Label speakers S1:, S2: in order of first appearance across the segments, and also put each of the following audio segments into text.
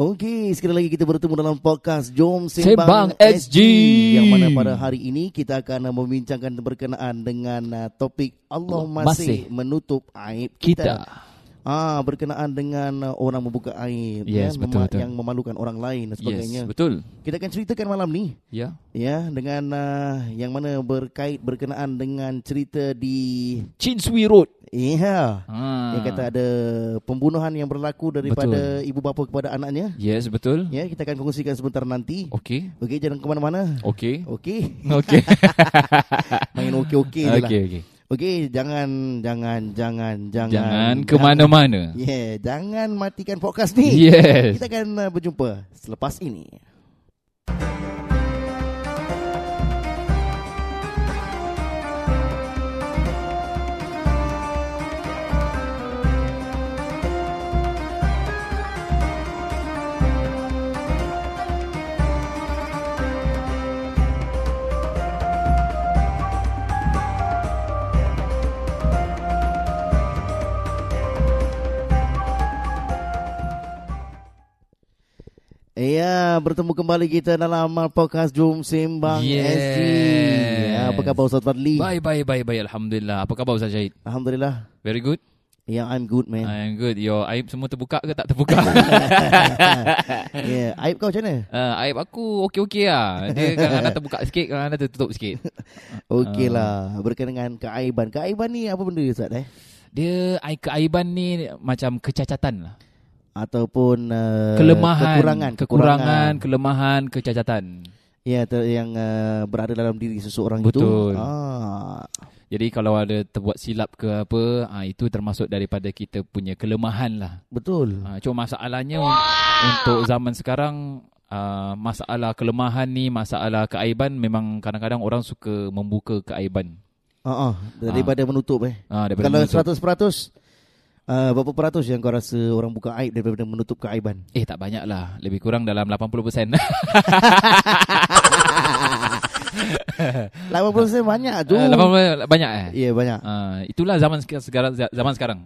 S1: Okey, sekali lagi kita bertemu dalam podcast Jom
S2: Sembang
S1: Sembang,
S2: SG.
S1: Yang mana pada hari ini kita akan membincangkan berkenaan dengan uh, topik Allah
S2: Allah
S1: masih,
S2: Oh, masih
S1: menutup aib
S2: Kita.
S1: kita. Ah, berkenaan dengan uh, orang membuka aib
S2: Yes,
S1: kan,
S2: betul,
S1: mema-
S2: betul.
S1: yang memalukan orang lain dan sebagainya.
S2: Yes, betul.
S1: Kita akan ceritakan malam ni
S2: Ya.
S1: ya dengan uh, yang mana berkait berkenaan dengan cerita di
S2: Chin Sui Road.
S1: ya yeah,
S2: Ha.
S1: yang kata ada pembunuhan yang berlaku daripada ibu bapa kepada anaknya.
S2: Yes, betul.
S1: Ya, kita akan kongsikan sebentar nanti.
S2: Okey.
S1: Okey, jangan ke mana-mana.
S2: Okey.
S1: Okey,
S2: Okey.
S1: main okey-okey je lah.
S2: Okey, okey.
S1: Okey, jangan jangan jangan jangan
S2: Jangan ke mana-mana.
S1: Yeah, jangan matikan podcast ni.
S2: Yes.
S1: Kita akan uh, berjumpa selepas ini. Ya, bertemu kembali kita dalam uh, podcast Jom Sembang
S2: Yes.
S1: SG. Ya, apa khabar Ustaz Fadli?
S2: Bye bye bye bye alhamdulillah. Apa khabar Ustaz Syahid?
S1: Alhamdulillah.
S2: Very good.
S1: Ya, yeah, I'm good man.
S2: I am good. Your aib semua terbuka ke tak terbuka?
S1: Ya, yeah. aib kau macam mana?
S2: uh, aib aku okey-okey lah. Dia kadang-kadang terbuka sikit, kadang-kadang tertutup sikit. Ah.
S1: Okey lah, berkenaan dengan keaiban. Keaiban ni apa benda Ustaz eh?
S2: Dia ai- keaiban ni macam kecacatan lah.
S1: Ataupun uh,
S2: Kelemahan,
S1: kekurangan,
S2: kekurangan, kelemahan, kecacatan.
S1: Ya, ter- yang uh, berada dalam diri seseorang
S2: Betul.
S1: itu. Ah.
S2: Jadi kalau ada terbuat silap ke apa, ah itu termasuk daripada kita punya kelemahan lah.
S1: Betul.
S2: Ah, cuma masalahnya un- untuk zaman sekarang ah, masalah kelemahan ni, masalah keaiban memang kadang-kadang orang suka membuka keaiban.
S1: Ha ah, daripada menutup eh.
S2: Ah daripada
S1: Kalau
S2: menutup.
S1: 100% uh, berapa peratus yang kau rasa orang buka aib daripada menutup keaiban?
S2: Eh tak banyak lah Lebih kurang dalam 80%
S1: 80% banyak tu.
S2: Ah, 80% banyak eh
S1: Ya, banyak.
S2: Ah, Itulah zaman sek- sekarang Zaman sekarang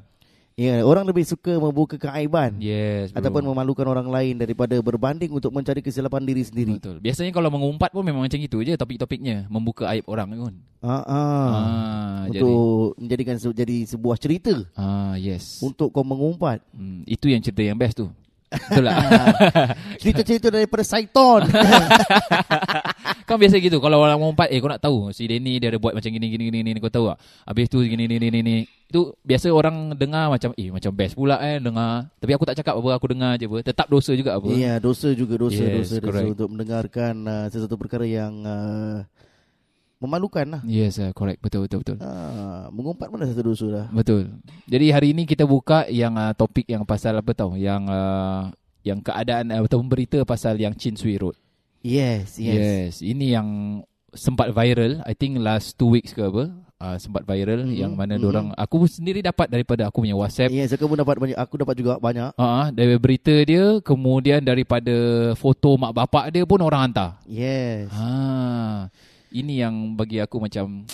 S1: Ya, orang lebih suka membuka keaiban
S2: Yes bro.
S1: ataupun memalukan orang lain daripada berbanding untuk mencari kesilapan diri sendiri.
S2: Betul Biasanya kalau mengumpat pun Memang macam itu je Topik-topiknya Membuka aib orang pun
S1: Ha ah.
S2: ah, Jadi
S1: Untuk menjadikan se- jadi sebuah cerita
S2: ah, Yes
S1: untuk kau mengumpat.
S2: hmm, Itu yang cerita yang best tu Betul lah
S1: Cerita-cerita daripada Saiton.
S2: Kan biasa gitu Kalau orang mengumpat Eh kau nak tahu Si Denny dia ada buat macam gini Gini gini gini Kau tahu tak Habis tu gini gini gini gini Itu biasa orang dengar macam Eh macam best pula eh Dengar Tapi aku tak cakap apa Aku dengar je apa Tetap dosa juga apa
S1: Ya, dosa juga dosa
S2: Yes,
S1: dosa dosa
S2: correct.
S1: untuk mendengarkan uh, sesuatu perkara yang uh, memalukan lah.
S2: Yes, uh, correct. Betul, betul, betul.
S1: Ah, mengumpat mana satu dosa dah.
S2: Betul. Jadi hari ini kita buka yang uh, topik yang pasal apa tahu? Yang uh, yang keadaan uh, atau berita pasal yang Chin Sui Road.
S1: Yes, yes.
S2: yes. Ini yang sempat viral. I think last two weeks ke apa? Uh, sempat viral
S1: Mhm,
S2: yang
S1: mhm.
S2: mana dorang aku sendiri dapat daripada aku punya WhatsApp.
S1: Yes, aku pun dapat banyak. Aku dapat juga banyak.
S2: Ah, uh, dari berita dia, kemudian daripada foto mak bapak dia pun orang hantar.
S1: Yes.
S2: Ah, ini yang bagi aku macam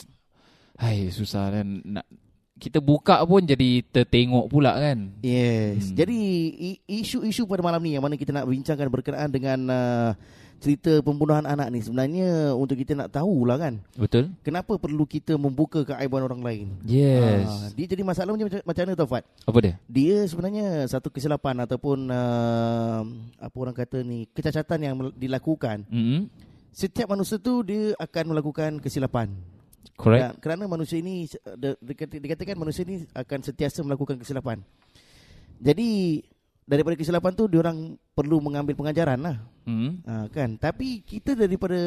S2: hai susah kan nak kita buka pun jadi tertengok pula kan.
S1: Yes.
S2: Hmm.
S1: Jadi i- isu-isu pada malam ni yang mana kita nak bincangkan berkenaan dengan uh, cerita pembunuhan anak ni sebenarnya untuk kita nak tahu lah kan.
S2: Betul?
S1: Kenapa perlu kita membuka keaiban orang lain?
S2: Yes.
S1: Ah, dia jadi masalah macam macam mana tau Fat?
S2: Apa dia?
S1: Dia sebenarnya satu kesilapan ataupun uh, apa orang kata ni kecacatan yang mel- dilakukan.
S2: Mm-hmm.
S1: Setiap manusia tu dia akan melakukan kesilapan.
S2: Correct.
S1: Dan kerana manusia ini uh, di- dikati- dikatakan manusia ini akan sentiasa melakukan kesilapan. Jadi daripada kesilapan tu diorang perlu mengambil pengajaran lah
S2: Mm-hmm.
S1: ha, kan tapi kita daripada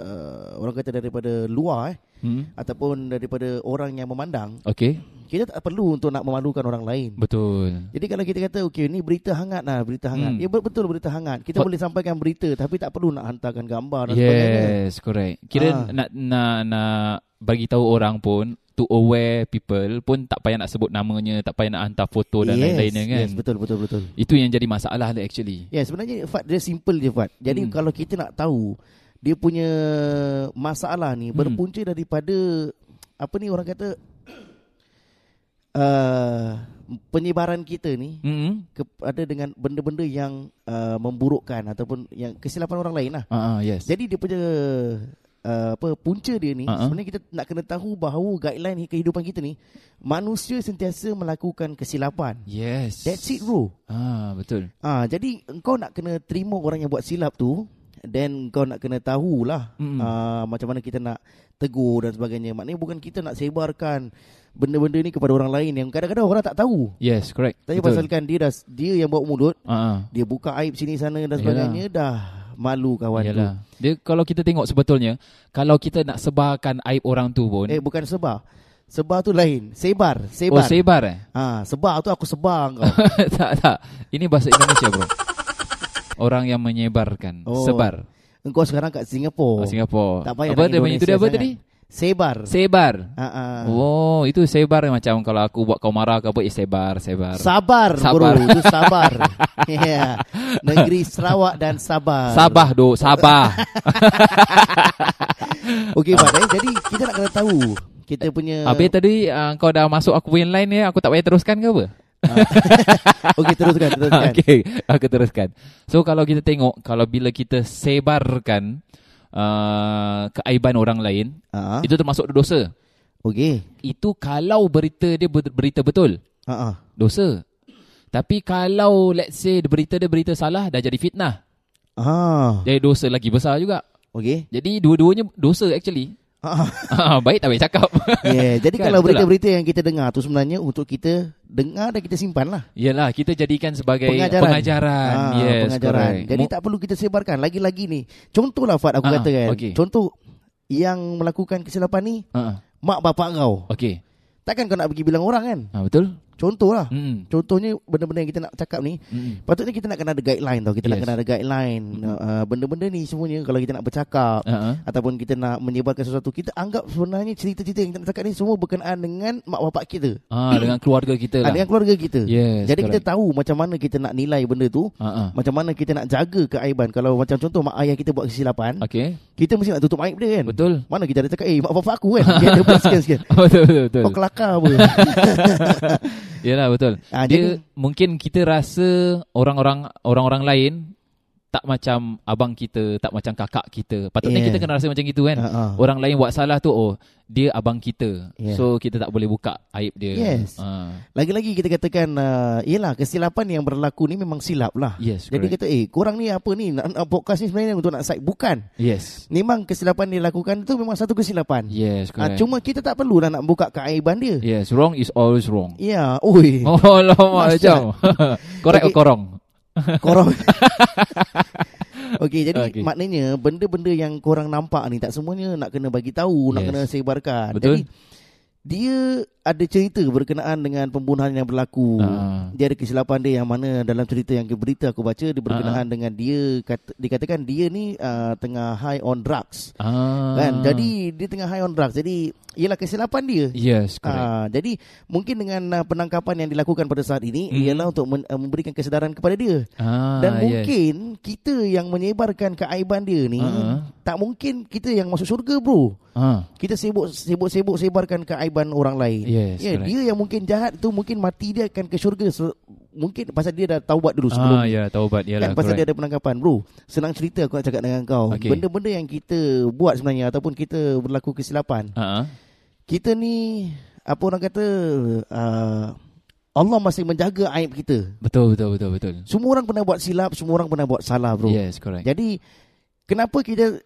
S1: uh, orang kata daripada luar eh,
S2: Mm-hmm.
S1: ataupun daripada orang yang memandang
S2: Okay.
S1: kita tak perlu untuk nak memalukan orang lain
S2: Betul.
S1: jadi kalau kita kata okey ni berita hangat lah berita hangat
S2: Hmm.
S1: ya bet- betul berita hangat kita
S2: Ba-
S1: boleh sampaikan berita tapi tak perlu nak hantarkan gambar dan sebagainya
S2: Yes, correct. Kira
S1: Ah.
S2: nak nak nak bagi tahu orang pun to aware people pun tak payah nak sebut namanya, tak payah nak hantar foto dan
S1: yes,
S2: lain-lainnya kan.
S1: yes betul betul betul
S2: Itu yang jadi masalah dia actually.
S1: Ya sebenarnya Fat dia simple je Fat Jadi
S2: Hmm.
S1: kalau kita nak tahu Dia punya masalah ni
S2: Hmm.
S1: Berpunca daripada Apa ni orang kata uh, penyebaran kita ni
S2: Hmm.
S1: kepada dengan benda-benda yang uh, memburukkan ataupun yang kesilapan orang lain lah.
S2: Ah ah, yes.
S1: Jadi dia punya uh, apa punca dia ni
S2: Ha, ha.
S1: uh-huh. sebenarnya kita nak kena tahu bahawa guideline kehidupan kita ni manusia sentiasa melakukan kesilapan.
S2: Yes.
S1: That's it bro.
S2: Ah betul.
S1: Ah jadi engkau nak kena terima orang yang buat silap tu then kau nak kena tahulah
S2: Mm-mm.
S1: mm. uh, macam mana kita nak tegur dan sebagainya. Maknanya bukan kita nak sebarkan benda-benda ni kepada orang lain yang kadang-kadang orang tak tahu.
S2: Yes, correct.
S1: Tapi
S2: Betul.
S1: pasalkan dia dah dia yang buat mulut,
S2: ah ah.
S1: dia buka aib sini sana dan sebagainya dah malu kawan
S2: Yalah. Dia kalau kita tengok sebetulnya kalau kita nak sebarkan aib orang tu
S1: tu.
S2: pun
S1: Eh bukan sebar. Sebar tu lain. Sebar,
S2: Oh
S1: sebar.
S2: sebar eh?
S1: ha, sebar tu aku sebar kau.
S2: tak tak. Ini bahasa Indonesia bro. Orang yang menyebarkan,
S1: Oh.
S2: sebar.
S1: Engkau sekarang kat Singapura.
S2: Oh, Singapura.
S1: Tak payah
S2: apa
S1: nak
S2: dia punya itu
S1: Indonesia
S2: dia apa
S1: sangat.
S2: tadi?
S1: Sebar.
S2: Sebar.
S1: Ha, ha.
S2: Oh, itu sebar macam kalau aku buat kau marah ke apa, eh, sebar, sebar.
S1: Sabar,
S2: Sabar.
S1: sabar. bro, tu sabar. yeah. Negeri Sarawak dan Sabah.
S2: Sabah do, Sabah.
S1: Okey, Fad, eh. Jadi kita nak kena tahu kita punya
S2: Habis tadi uh, kau dah masuk aku punya line ni, aku tak payah teruskan ke apa?
S1: Okey, teruskan, teruskan.
S2: Okey, aku teruskan. So kalau kita tengok, kalau bila kita sebarkan uh, keaiban orang lain,
S1: Ha.
S2: itu termasuk dosa.
S1: Okey.
S2: Itu kalau berita dia ber- berita betul,
S1: Ha ah.
S2: dosa. Tapi kalau let's say berita dia berita salah, dah jadi fitnah.
S1: Ah.
S2: Jadi dosa lagi besar juga.
S1: Okey.
S2: Jadi dua-duanya dosa actually.
S1: Ha.
S2: Ah, Baik tak baik cakap.
S1: Yeah, jadi
S2: Kan,
S1: kalau
S2: betul tak?
S1: berita-berita yang kita dengar tu sebenarnya untuk kita dengar dan kita simpan lah.
S2: Yalah, kita jadikan sebagai
S1: Pengajaran.
S2: pengajaran.
S1: Ah,
S2: yes,
S1: pengajaran.
S2: correct.
S1: Jadi
S2: Mo-
S1: tak perlu kita sebarkan. Lagi-lagi ni, contohlah Fat aku
S2: Ah,
S1: kata kan.
S2: okey.
S1: Contoh yang melakukan kesilapan ni
S2: Ah,
S1: mak bapak kau.
S2: Okey.
S1: Takkan kau nak pergi bilang orang kan?
S2: Ah, betul?
S1: Contohlah.
S2: Hmm.
S1: Contohnya benda-benda yang kita nak cakap ni
S2: Hmm.
S1: Patutnya kita nak kena ada guideline tau Kita nak
S2: Yes. Mm-hmm.
S1: kena ada guideline uh, Benda-benda ni semuanya Kalau kita nak bercakap
S2: Ah, ah.
S1: Ataupun kita nak menyebarkan sesuatu Kita anggap sebenarnya cerita-cerita yang kita nak cakap ni Semua berkenaan dengan mak bapak kita
S2: Ah, dengan keluarga kita
S1: Ah,
S2: lah.
S1: Dengan keluarga kita
S2: Yes,
S1: Jadi
S2: correct.
S1: kita tahu macam mana kita nak nilai benda tu
S2: Ah, ah.
S1: Macam mana kita nak jaga keaiban Kalau macam contoh mak ayah kita buat kesilapan
S2: Okey.
S1: Kita mesti nak tutup aib dia kan
S2: Ah. Betul.
S1: Mana kita ada cakap Eh mak bapak aku kan Dia ada buat sikit-sikit
S2: betul betul betul.
S1: Kau kelakar apa
S2: Yalah betul.
S1: Ah,
S2: Dia
S1: jadi-
S2: mungkin kita rasa orang-orang orang-orang lain tak macam abang kita, tak macam kakak kita. Patutnya
S1: Yeah.
S2: kita kena rasa macam gitu kan.
S1: Ah, ah.
S2: Orang lain buat salah tu oh, dia abang kita.
S1: Yeah.
S2: So kita tak boleh buka aib dia.
S1: Yes.
S2: Ah,
S1: Lagi-lagi kita katakan uh, Yelah kesilapan yang berlaku ni memang silap lah
S2: yes,
S1: Jadi
S2: correct.
S1: kata eh korang ni apa ni nak, nak podcast ni sebenarnya untuk nak side bukan.
S2: yes.
S1: Memang kesilapan dia lakukan tu memang satu kesilapan.
S2: Yes,
S1: Ah,
S2: correct.
S1: cuma kita tak perlulah nak buka keaiban dia.
S2: yes, wrong is always wrong.
S1: Ya, oi,
S2: Oh, lama
S1: Masya.
S2: macam. Correct or
S1: Okay.
S2: korong?
S1: korang. Okey, jadi
S2: Okey.
S1: maknanya benda-benda yang korang nampak ni tak semuanya nak kena bagi tahu, nak
S2: Yes.
S1: kena sebarkan.
S2: Betul.
S1: Jadi dia ada cerita berkenaan dengan pembunuhan yang berlaku.
S2: Ah.
S1: Dia ada kesilapan dia yang mana dalam cerita yang berita aku baca dia berkenaan
S2: Ah.
S1: dengan dia kata, dikatakan dia ni uh, tengah high on drugs.
S2: Ah.
S1: Kan? Jadi dia tengah high on drugs. Jadi ialah kesilapan dia.
S2: yes, correct.
S1: Ha, jadi mungkin dengan uh, penangkapan yang dilakukan pada saat ini
S2: Hmm.
S1: ialah untuk men, uh, memberikan kesedaran kepada dia.
S2: Ah,
S1: Dan
S2: yes.
S1: mungkin kita yang menyebarkan keaiban dia ni
S2: Ah.
S1: tak mungkin kita yang masuk syurga bro.
S2: Ah,
S1: Kita sibuk sibuk sibuk sebarkan keaiban orang lain.
S2: Yes,
S1: Ya,
S2: correct.
S1: dia yang mungkin jahat tu mungkin mati dia akan ke syurga Se- mungkin pasal dia dah taubat dulu sebelum
S2: ah, ya, taubat
S1: Yalah, kan
S2: yalah.
S1: pasal
S2: correct.
S1: dia ada penangkapan Bro Senang cerita aku nak cakap dengan kau
S2: Okey.
S1: Benda-benda yang kita buat sebenarnya Ataupun kita berlaku kesilapan
S2: Ah, ah.
S1: Kita ni Apa orang kata uh, Allah masih menjaga aib kita
S2: Betul betul betul betul.
S1: Semua orang pernah buat silap Semua orang pernah buat salah bro
S2: Yes, correct.
S1: Jadi Kenapa kita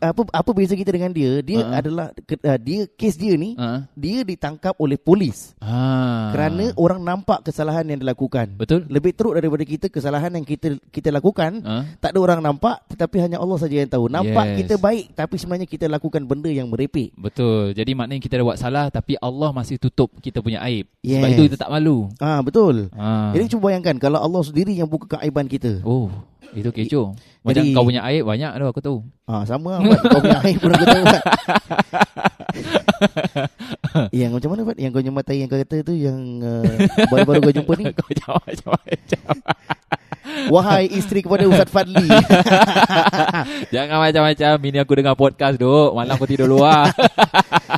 S1: apa apa beza kita dengan dia dia
S2: Ha-ha.
S1: adalah ke- uh, dia kes dia ni
S2: Ah.
S1: dia ditangkap oleh polis
S2: Ah.
S1: kerana orang nampak kesalahan yang dilakukan
S2: betul?
S1: lebih teruk daripada kita kesalahan yang kita kita lakukan
S2: Ah.
S1: tak ada orang nampak tetapi hanya Allah saja yang tahu. Nampak
S2: Yes.
S1: yes. kita baik tapi sebenarnya kita lakukan benda yang merepek.
S2: Betul. Jadi maknanya kita dah buat salah tapi Allah masih tutup kita punya aib. Sebab
S1: Yes.
S2: itu kita tak malu.
S1: Ah betul.
S2: Ah.
S1: Jadi cuba bayangkan kalau Allah sendiri yang buka keaiban kita.
S2: oh, itu kecoh. Macam
S1: Jadi-
S2: kau punya aib banyak tu aku tahu.
S1: Ah sama lah, Fat. kau punya aib pun aku tahu. Fat. yang macam mana Fat? Yang kau nyematai yang kau kata tu yang uh, baru-baru kau jumpa ni.
S2: kau jawab jawab. jawab.
S1: Wahai isteri kepada Ustaz Fadli.
S2: Jangan macam-macam Bini aku dengar podcast duk Malam aku tidur luar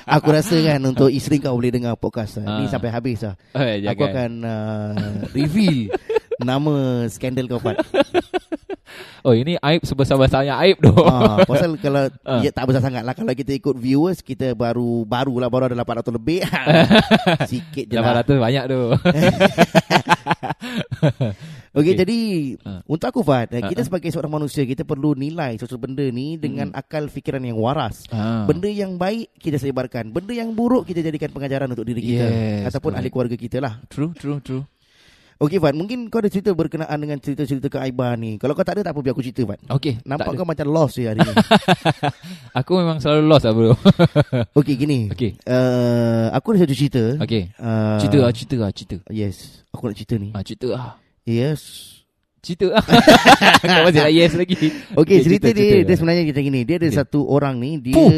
S1: Aku rasa kan Untuk isteri kau boleh dengar podcast lah. Ni
S2: Ah.
S1: sampai habis lah
S2: Eh,
S1: Aku
S2: jangan.
S1: akan uh, Reveal Nama skandal kau Fad
S2: Oh ini aib sebesar-besarnya aib tu.
S1: ah, Pasal kalau
S2: Ah.
S1: ya, Tak besar sangat lah Kalau kita ikut viewers Kita baru Baru lah Baru ada 800 lebih Sikit je lah
S2: 800 banyak tu.
S1: Okey,
S2: Okey.
S1: jadi
S2: Ah.
S1: Untuk aku Fad eh,
S2: Ah,
S1: Kita sebagai seorang manusia Kita perlu nilai Sesuatu benda ni Dengan
S2: Hmm.
S1: akal fikiran yang waras
S2: Ah.
S1: Benda yang baik kita sebarkan Benda yang buruk kita jadikan pengajaran untuk diri kita
S2: Yes,
S1: Ataupun ahli
S2: correct.
S1: keluarga kita lah
S2: True, true, true.
S1: Okey Fad, mungkin kau ada cerita berkenaan dengan cerita-cerita keaiban ni Kalau kau tak ada tak apa biar aku cerita Fad
S2: Okay.
S1: Nampak
S2: tak
S1: kau macam lost je hari ni
S2: ada. Aku memang selalu lost lah bro.
S1: Okey gini
S2: okay.
S1: uh, Aku ada satu cerita
S2: Okay.
S1: uh,
S2: Cerita ah, cerita ah, cerita.
S1: Yes, aku nak cerita ni
S2: Ah, cerita ah.
S1: Yes
S2: Cerita ah. Kau masih nak yes lagi.
S1: Okey
S2: Okey,
S1: cerita,
S2: cerita,
S1: dia,
S2: cerita.
S1: dia sebenarnya cerita gini Dia ada
S2: Okey.
S1: satu orang ni Dia
S2: Puh.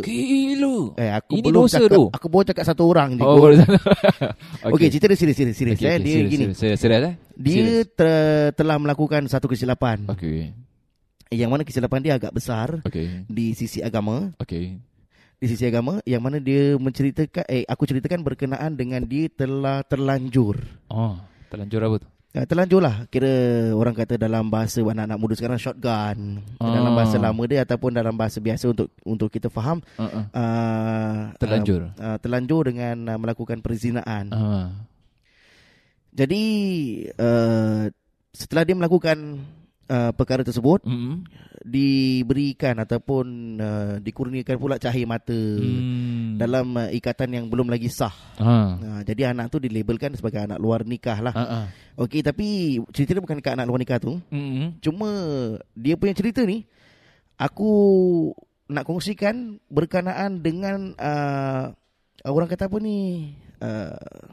S2: Gila.
S1: Eh, aku
S2: Ini
S1: belum
S2: dosa
S1: cakap,
S2: tu.
S1: Aku baru cakap satu orang je
S2: Oh, baru sana.
S1: Okey, cerita dia serius serius serius eh. Dia
S2: serius,
S1: gini.
S2: Serius, serius, serius eh?
S1: Dia ter- telah melakukan satu kesilapan.
S2: Okay.
S1: Yang mana kesilapan dia agak besar
S2: Okay.
S1: di sisi agama,
S2: Okay.
S1: di sisi agama yang mana dia menceritakan eh aku ceritakan berkenaan dengan dia telah terlanjur.
S2: Oh, terlanjur apa tu?
S1: Ya, terlanjur lah Kira orang kata dalam bahasa anak-anak muda sekarang shotgun
S2: Ah.
S1: Dalam bahasa lama dia ataupun dalam bahasa biasa untuk untuk kita faham
S2: Uh-uh.
S1: uh, uh,
S2: Terlanjur.
S1: uh, Terlanjur dengan uh, melakukan perzinaan
S2: Ah.
S1: Jadi uh, setelah dia melakukan uh, perkara tersebut
S2: Mm-mm.
S1: diberikan ataupun uh, dikurniakan pula cahaya mata hmm.
S2: Hmm.
S1: dalam uh, ikatan yang belum lagi sah.
S2: Ah.
S1: Uh, jadi anak tu dilabelkan sebagai anak luar nikah lah.
S2: Ah. ah.
S1: Okey tapi cerita dia bukan dekat anak luar nikah tu.
S2: Mm-mm.
S1: Cuma dia punya cerita ni aku nak kongsikan berkenaan dengan uh, orang kata apa ni uh,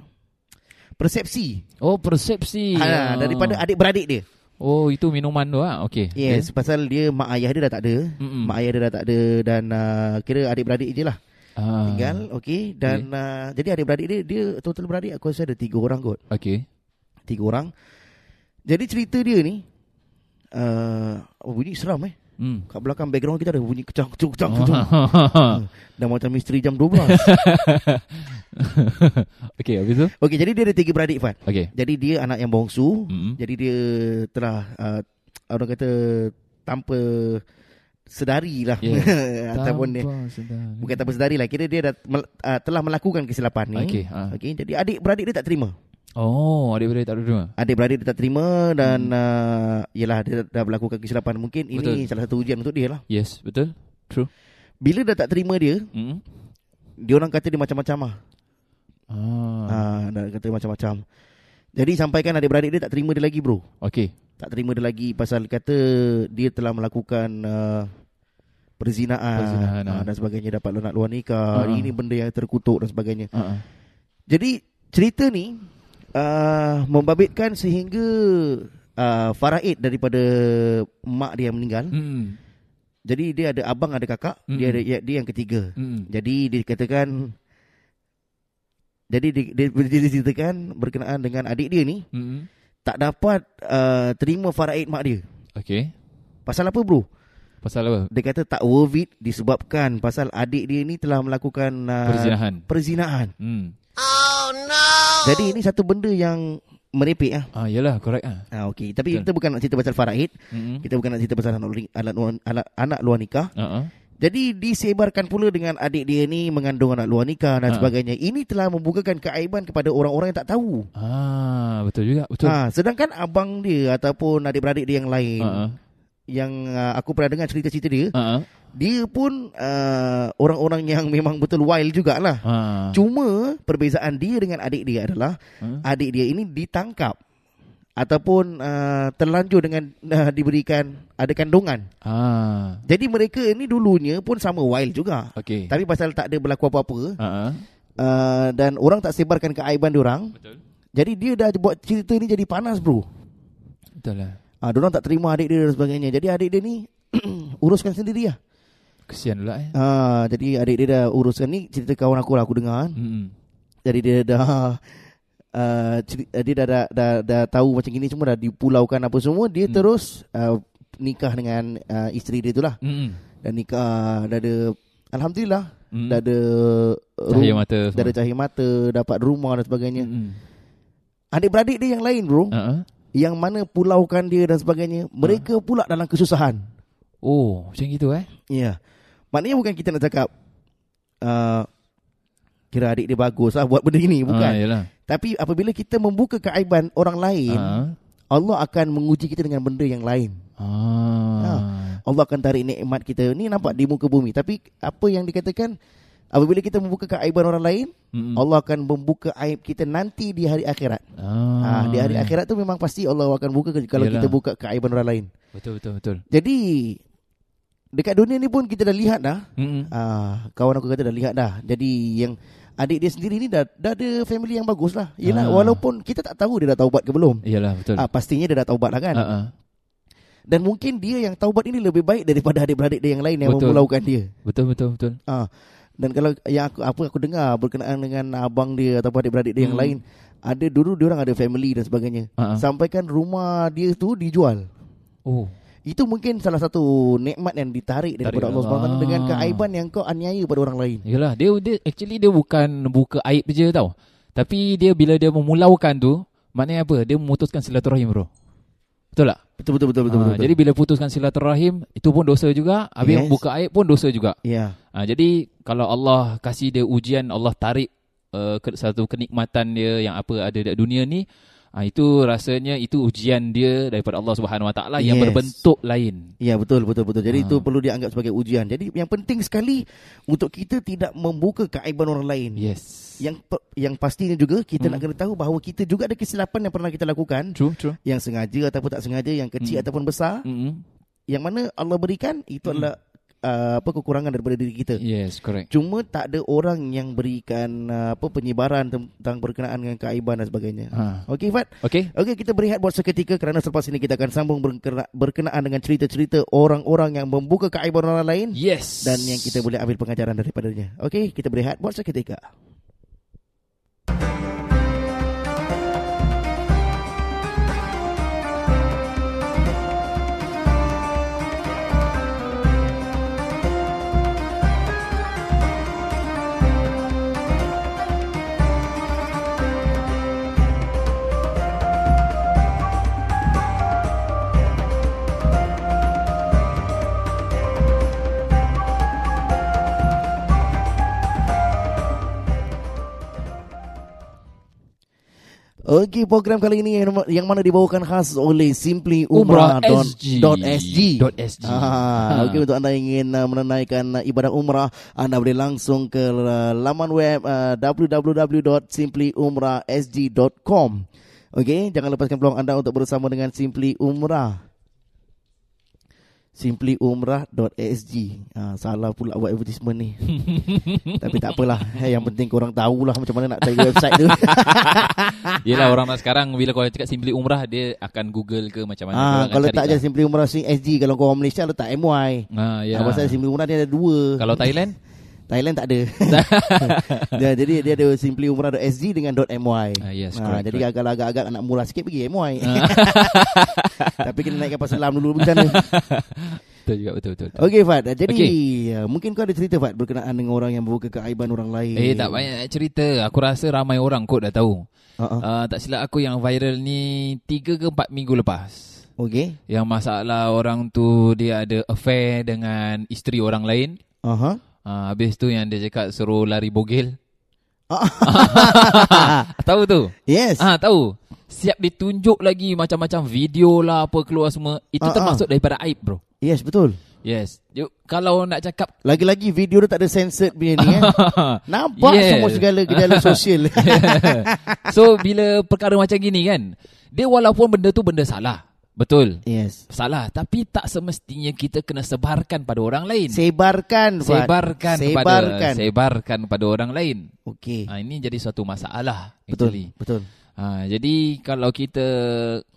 S1: persepsi
S2: Oh persepsi
S1: Ha, daripada adik-beradik dia.
S2: Oh itu minuman tu ah. Okey.
S1: Yes, okay. pasal dia mak ayah dia dah tak ada.
S2: Mm-mm.
S1: Mak ayah dia dah tak ada dan uh, kira adik-beradik je lah
S2: Ah.
S1: tinggal. Okey dan uh, jadi adik-beradik dia dia total beradik aku rasa ada tiga orang kot.
S2: Okey.
S1: Tiga orang. Jadi cerita dia ni uh, oh, bunyi seram eh.
S2: Hmm.
S1: Kat belakang background kita ada bunyi kecang kecang kecang. kecang.
S2: Oh.
S1: Dah macam misteri jam 12.
S2: Okey, habis tu?
S1: Okey jadi dia ada tiga beradik Fat.
S2: Okey.
S1: Jadi dia anak yang bongsu.
S2: Hmm.
S1: Jadi dia telah uh, orang kata tanpa sedari lah yeah. ataupun dia bukan tanpa sedari lah kira dia dah mel, uh, telah melakukan kesilapan ni.
S2: Okey, ha.
S1: Okey, jadi adik beradik dia tak terima.
S2: Oh, adik beradik tak ada rumah.
S1: Adik beradik dia tak terima dan uh, yalah dia dah melakukan kesilapan. Mungkin ini
S2: Hmm. Betul.
S1: salah satu ujian untuk dia lah.
S2: Yes, betul. True.
S1: Bila dah tak terima dia,
S2: Hmm.
S1: dia orang kata dia macam-macam lah.
S2: Ah.
S1: Ah, dah kata macam-macam. Jadi sampaikan adik beradik dia tak terima dia lagi bro.
S2: Okey.
S1: tak terima dia lagi pasal kata dia telah melakukan uh, perzinaan,
S2: Perzinaan,
S1: ah,
S2: ah.
S1: dan sebagainya dapat lunak luar nikah.
S2: Ah.
S1: Ini benda yang terkutuk dan sebagainya.
S2: Ha.
S1: Jadi cerita ni uh, membabitkan sehingga uh, Faraid daripada mak dia yang meninggal.
S2: Hmm.
S1: Jadi dia ada abang ada kakak,
S2: Mm-mm.
S1: dia ada dia yang ketiga.
S2: Hmm.
S1: Jadi dikatakan jadi dia, dia, dia diceritakan berkenaan dengan adik dia ni
S2: Hmm.
S1: tak dapat uh, terima Faraid mak dia.
S2: Okey.
S1: Pasal apa bro?
S2: Pasal apa?
S1: Dia kata tak worth it disebabkan pasal adik dia ni telah melakukan uh,
S2: Perzinahan.
S1: perzinaan.
S2: Hmm.
S1: Jadi ini satu benda yang merepek ah.
S2: Ah, yalah, correct ah.
S1: Ha, okey, tapi
S2: Betul.
S1: kita bukan nak cerita pasal Faraid,
S2: Hmm.
S1: kita bukan nak cerita pasal anak, luar- anak, luar- anak, anak luar nikah.
S2: Ha.
S1: Jadi disebarkan pula dengan adik dia ni mengandung anak luar nikah dan
S2: Ha.
S1: sebagainya. Ini telah membukakan keaiban kepada orang-orang yang tak tahu.
S2: Ah, betul juga, betul.
S1: Ha, sedangkan abang dia ataupun adik-beradik dia yang lain
S2: Ha.
S1: yang uh, aku pernah dengar cerita-cerita dia,
S2: Ha.
S1: dia pun uh, orang-orang yang memang betul wild jugalah.
S2: Ha.
S1: Cuma perbezaan dia dengan adik dia adalah adik dia ini ditangkap ataupun uh, terlanjur dengan uh, diberikan ada kandungan.
S2: Ah.
S1: Jadi mereka ini dulunya pun sama wild juga.
S2: Okey.
S1: Tapi pasal tak ada berlaku apa-apa
S2: Ha.
S1: uh, dan orang tak sebarkan keaiban diorang.
S2: Betul.
S1: Jadi dia dah buat cerita ni jadi panas bro.
S2: Betul lah.
S1: Ah uh, diorang tak terima adik dia dan sebagainya. Jadi adik dia ni uruskan sendiri lah.
S2: Kesian pula eh.
S1: Ah, jadi adik dia dah uruskan ni cerita kawan aku lah aku dengar kan.
S2: Hmm.
S1: Jadi dia dah uh, ceri- uh, dia dah, dah, dah, dah tahu macam gini semua dah dipulaukan apa semua dia hmm.
S2: Hmm.
S1: terus uh, nikah dengan uh, isteri dia tu lah
S2: Hmm.
S1: dan nikah dah ada alhamdulillah
S2: Mm.
S1: dah ada
S2: cahaya
S1: room,
S2: mata
S1: dah ada
S2: semua.
S1: cahaya mata, dapat rumah dan sebagainya.
S2: Mm.
S1: Adik-beradik dia yang lain bro,
S2: Uh-huh.
S1: yang mana pulaukan dia dan sebagainya,
S2: Ah.
S1: mereka pula dalam kesusahan.
S2: Oh, macam gitu eh.
S1: Ya. Maknanya bukan kita nak cakap uh, kira adik dia bagus lah buat benda ini,
S2: Ah,
S1: bukan.
S2: yalah.
S1: Tapi apabila kita membuka keaiban orang lain,
S2: Ah.
S1: Allah akan menguji kita dengan benda yang lain.
S2: Ah.
S1: Allah akan tarik nikmat kita. Ni nampak di muka bumi. Tapi apa yang dikatakan apabila kita membuka keaiban orang lain,
S2: Mm-mm.
S1: Allah akan membuka aib kita nanti di hari akhirat.
S2: Ah,
S1: Ah, di hari
S2: ya.
S1: akhirat tu memang pasti Allah akan buka ke- kalau
S2: Yalah.
S1: kita buka keaiban orang lain.
S2: Betul betul betul.
S1: Jadi dekat dunia ni pun kita dah lihat dah.
S2: Mm-mm.
S1: Ah, kawan aku kata dah lihat dah. Jadi yang adik dia sendiri ni dah dah ada family yang bagus lah. Yelah
S2: Ah.
S1: walaupun kita tak tahu dia dah taubat ke belum.
S2: Yalah betul.
S1: Ah, pastinya dia dah taubat lah kan.
S2: Ah, ah.
S1: Dan mungkin dia yang taubat ini lebih baik daripada adik-beradik dia yang lain yang
S2: Betul.
S1: memulaukan dia.
S2: Betul betul betul.
S1: Ah. Dan kalau yang aku apa aku dengar berkenaan dengan abang dia atau adik-beradik dia yang
S2: Hmm.
S1: lain, ada dulu dia orang ada family dan sebagainya.
S2: Ah, ah.
S1: Sampaikan rumah dia tu dijual.
S2: Oh.
S1: Itu mungkin salah satu nikmat yang ditarik daripada
S2: Tarik
S1: Allah
S2: Allah.
S1: SWT dengan keaiban yang kau aniaya pada orang lain.
S2: Yalah, dia dia actually dia bukan buka aib je tau. Tapi dia bila dia memulaukan tu, maknanya apa? Dia memutuskan silaturahim bro. Betul tak?
S1: Betul betul betul betul.
S2: Ah,
S1: betul, betul.
S2: Jadi bila putuskan silaturahim, itu pun dosa juga. Habis
S1: Yes.
S2: yang buka aib pun dosa juga.
S1: ya.
S2: Ha, jadi kalau Allah kasih dia ujian, Allah tarik uh, ke, satu kenikmatan dia yang apa ada dekat dunia ni, ha, itu rasanya itu ujian dia daripada Allah Subhanahu Wa Taala yang
S1: Yes.
S2: berbentuk lain.
S1: Ya betul betul betul. Jadi
S2: Ah.
S1: itu perlu dianggap sebagai ujian. Jadi yang penting sekali untuk kita tidak membuka keaiban orang lain.
S2: Yes.
S1: Yang pe- yang pastinya juga kita
S2: Hmm.
S1: nak kena tahu bahawa kita juga ada kesilapan yang pernah kita lakukan
S2: True, true.
S1: yang sengaja ataupun tak sengaja, yang kecil
S2: Hmm.
S1: ataupun besar,
S2: Mm-hmm.
S1: yang mana Allah berikan itu
S2: Hmm.
S1: adalah uh, apa kekurangan daripada diri kita.
S2: Yes, correct.
S1: Cuma tak ada orang yang berikan uh, apa penyebaran tentang berkenaan dengan keaiban dan sebagainya.
S2: Ha.
S1: Okey Fat.
S2: Okay.
S1: Okey kita berehat buat seketika kerana selepas ini kita akan sambung berkena- berkenaan dengan cerita-cerita orang-orang yang membuka keaiban orang lain
S2: Yes.
S1: dan yang kita boleh ambil pengajaran daripadanya. Okey, kita berehat buat seketika. Okey, program kali ini yang, yang mana dibawakan khas oleh Simply Umrah, dot- dot SG.
S2: Dot SG.
S1: Ah, okey untuk anda yang ingin uh, menunaikan uh, ibadah umrah, anda boleh langsung ke uh, laman web uh, www.simplyumrahsg.com. Okey, jangan lepaskan peluang anda untuk bersama dengan Simply Umrah. simplyumrah.sg. Ah, salah pula buat advertisement ni. Tapi tak apalah. Eh, Yang penting korang tahulah macam mana nak cari website tu. Ah.
S2: Yelah orang orang sekarang bila kau cakap simply umrah dia akan Google ke macam mana.
S1: ah,
S2: Korang akan
S1: kalau
S2: cari
S1: tak je
S2: lah.
S1: Simply Umrah SG. Kalau korang Malaysia letak MY.
S2: Ah,
S1: Yeah.
S2: ya.
S1: Ah, pasal Simply Umrah dia ada dua.
S2: Kalau Thailand?
S1: Thailand tak ada. ya, jadi dia ada simply umrah.sg dengan .my.
S2: Ah, yes,
S1: Ah,
S2: correct,
S1: jadi
S2: correct. Ah.
S1: agak agak-agak nak murah sikit pergi MY. Tapi kena naikkan pasal lam dulu pergi sana.
S2: Betul juga betul betul. betul.
S1: Okey Fat, jadi
S2: Okey.
S1: uh, mungkin kau ada cerita Fat berkenaan dengan orang yang membuka keaiban orang lain.
S2: Eh tak banyak nak cerita. Aku rasa ramai orang kot dah tahu.
S1: Uh-uh.
S2: Uh, tak silap aku yang viral ni 3 ke 4 minggu lepas.
S1: Okey.
S2: Yang masalah orang tu dia ada affair dengan isteri orang lain.
S1: Aha.
S2: Uh, habis tu yang dia cakap suruh lari bogel. Ah,
S1: Ah.
S2: tahu tu?
S1: Yes.
S2: Ah tahu. Siap ditunjuk lagi macam-macam video lah apa keluar semua. Itu
S1: Ah, ah.
S2: termasuk daripada aib bro.
S1: Yes, betul.
S2: Yes. You, kalau nak cakap
S1: Lagi-lagi video dia tak ada censored punya ni kan. Nampak
S2: Yes.
S1: semua segala gejala sosial.
S2: So bila perkara macam gini kan Dia walaupun benda tu benda salah Betul
S1: yes.
S2: Salah Tapi tak semestinya kita kena sebarkan pada orang lain
S1: Sebarkan Fat.
S2: Sebarkan, pada
S1: Sebarkan.
S2: Sebarkan pada orang lain
S1: Okey.
S2: ha, Ini jadi suatu masalah actually.
S1: Betul. Betul.
S2: Ha, jadi kalau kita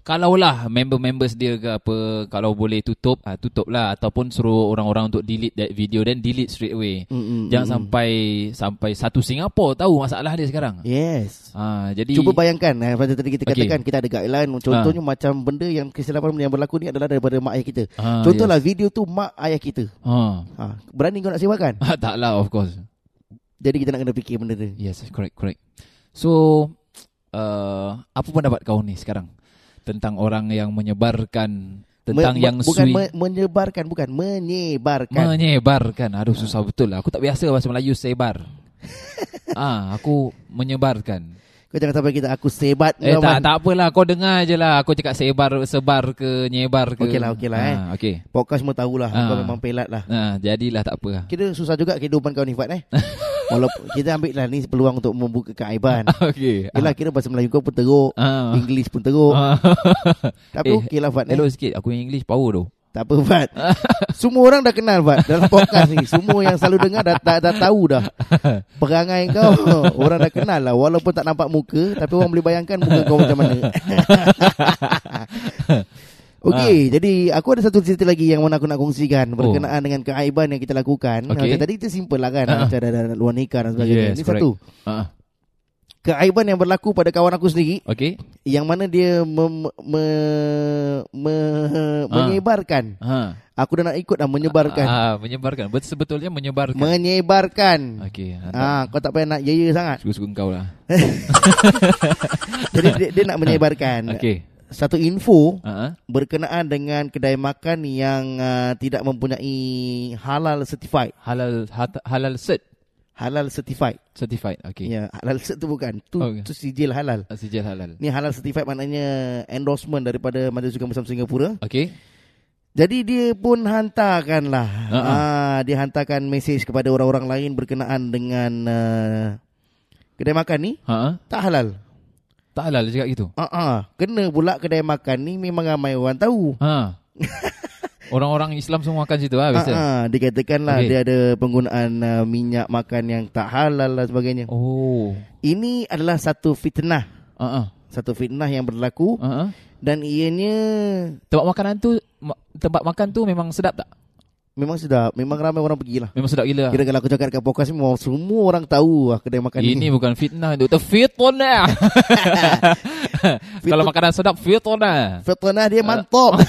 S2: Kalaulah member-members dia ke apa Kalau boleh tutup ha, Tutup lah Ataupun suruh orang-orang untuk delete that video Then delete straight away
S1: Mm-mm.
S2: Jangan sampai Sampai satu Singapura tahu masalah dia sekarang
S1: Yes.
S2: ha,
S1: Eh.
S2: Jadi
S1: Cuba bayangkan eh, Macam tadi kita
S2: Okey.
S1: katakan Kita ada guideline Contohnya macam benda yang Kesilapan yang berlaku ni Adalah daripada mak ayah kita
S2: Ah,
S1: Contohlah video tu Mak ayah kita
S2: Yes.
S1: ha,
S2: Ha.
S1: Berani kau nak sebarkan
S2: Ah, tak lah of course.
S1: Jadi kita nak kena fikir benda tu.
S2: Yes, correct, correct. So, uh, apa pendapat kau ni sekarang tentang orang yang menyebarkan tentang
S1: Me- me-
S2: yang
S1: bukan
S2: sui
S1: me- menyebarkan bukan menyebarkan.
S2: menyebarkan.
S1: Ah.
S2: Aduh susah betul lah. Aku tak biasa bahasa Melayu sebar. ah, aku menyebarkan.
S1: Kau jangan sampai kita aku sebat
S2: Eh
S1: Rahman.
S2: tak tak apalah kau dengar je lah. Aku cakap sebar sebar ke nyebar ke.
S1: Okey lah, okey lah,
S2: ah,
S1: eh.
S2: Okey.
S1: Podcast semua tahulah
S2: Ah.
S1: Kau memang pelat lah
S2: Ah, jadilah tak apa lah.
S1: Kita susah juga kehidupan kau ni Fat eh Walaupun kita ambil lah ni peluang untuk membuka keaiban
S2: Okey.
S1: Yelah kira bahasa Melayu kau pun teruk
S2: Ah.
S1: English pun teruk
S2: Ah.
S1: Tapi
S2: Eh,
S1: okey lah Fat eh.
S2: Hello sikit Aku yang English power tu
S1: Tak apa Fat Semua orang dah kenal Fat Dalam podcast ni Semua yang selalu dengar dah, dah, dah tahu dah Perangai kau Orang dah kenal lah Walaupun tak nampak muka Tapi orang boleh bayangkan Muka kau macam mana
S2: Ah.
S1: Okey, jadi aku ada satu cerita lagi yang mana aku nak kongsikan berkenaan dengan keaiban yang kita lakukan.
S2: Oh. Okey.
S1: Macam tadi kita simple lah kan,
S2: Ah.
S1: macam ada, ada luar nikah dan sebagainya.
S2: Yes,
S1: Ini
S2: correct.
S1: satu
S2: ah.
S1: keaiban yang berlaku pada kawan aku sendiri
S2: Okay
S1: yang mana dia mem, me, me,
S2: Ah.
S1: menyebarkan.
S2: ha.
S1: Aku dah nak ikut dah menyebarkan.
S2: ah, Menyebarkan Betul Sebetulnya menyebarkan
S1: Menyebarkan.
S2: Okey hantar.
S1: Ah, kau tak payah nak ya-ya sangat.
S2: Suka-suka kau lah
S1: Jadi dia, dia nak menyebarkan
S2: Okay
S1: satu info
S2: ah, ah.
S1: berkenaan dengan kedai makan yang uh, tidak mempunyai halal certified.
S2: Halal hat, Halal cert
S1: Halal certified.
S2: Certified Okay yeah.
S1: Ya, halal cert tu bukan. Tu
S2: Okey.
S1: tu sijil halal.
S2: Sijil halal
S1: Ni halal certified maknanya endorsement daripada Majlis Sukan Bersama Singapura.
S2: Okay
S1: Jadi dia pun hantarkan lah.
S2: Ha-ha.
S1: Ah, dia hantarkan mesej kepada orang-orang lain berkenaan dengan uh, kedai makan ni
S2: ha. ah.
S1: tak halal.
S2: Tak halal dia cakap gitu
S1: Ah, ah. kena pula kedai makan ni memang ramai orang tahu.
S2: ha. Orang-orang Islam semua makan situ lah Biasa
S1: Ah, ah, dikatakan lah
S2: Okey.
S1: dia ada penggunaan uh, minyak makan yang tak halal dan sebagainya.
S2: Oh
S1: Ini adalah satu fitnah.
S2: ah, ah.
S1: Satu fitnah yang berlaku
S2: Ah, ah.
S1: dan ianya
S2: Tempat makanan tu ma- Tempat makan tu memang sedap tak?
S1: memang sedap. Memang ramai orang pergilah.
S2: Memang sedap gila
S1: Kira kalau aku cakap dekat podcast ni memang semua orang tahu lah kedai makan
S2: Ini bukan fitnah itu Terfitnah
S1: Fit-
S2: Kalau Ah, makanan sedap Fitnah
S1: fitnah dia mantap.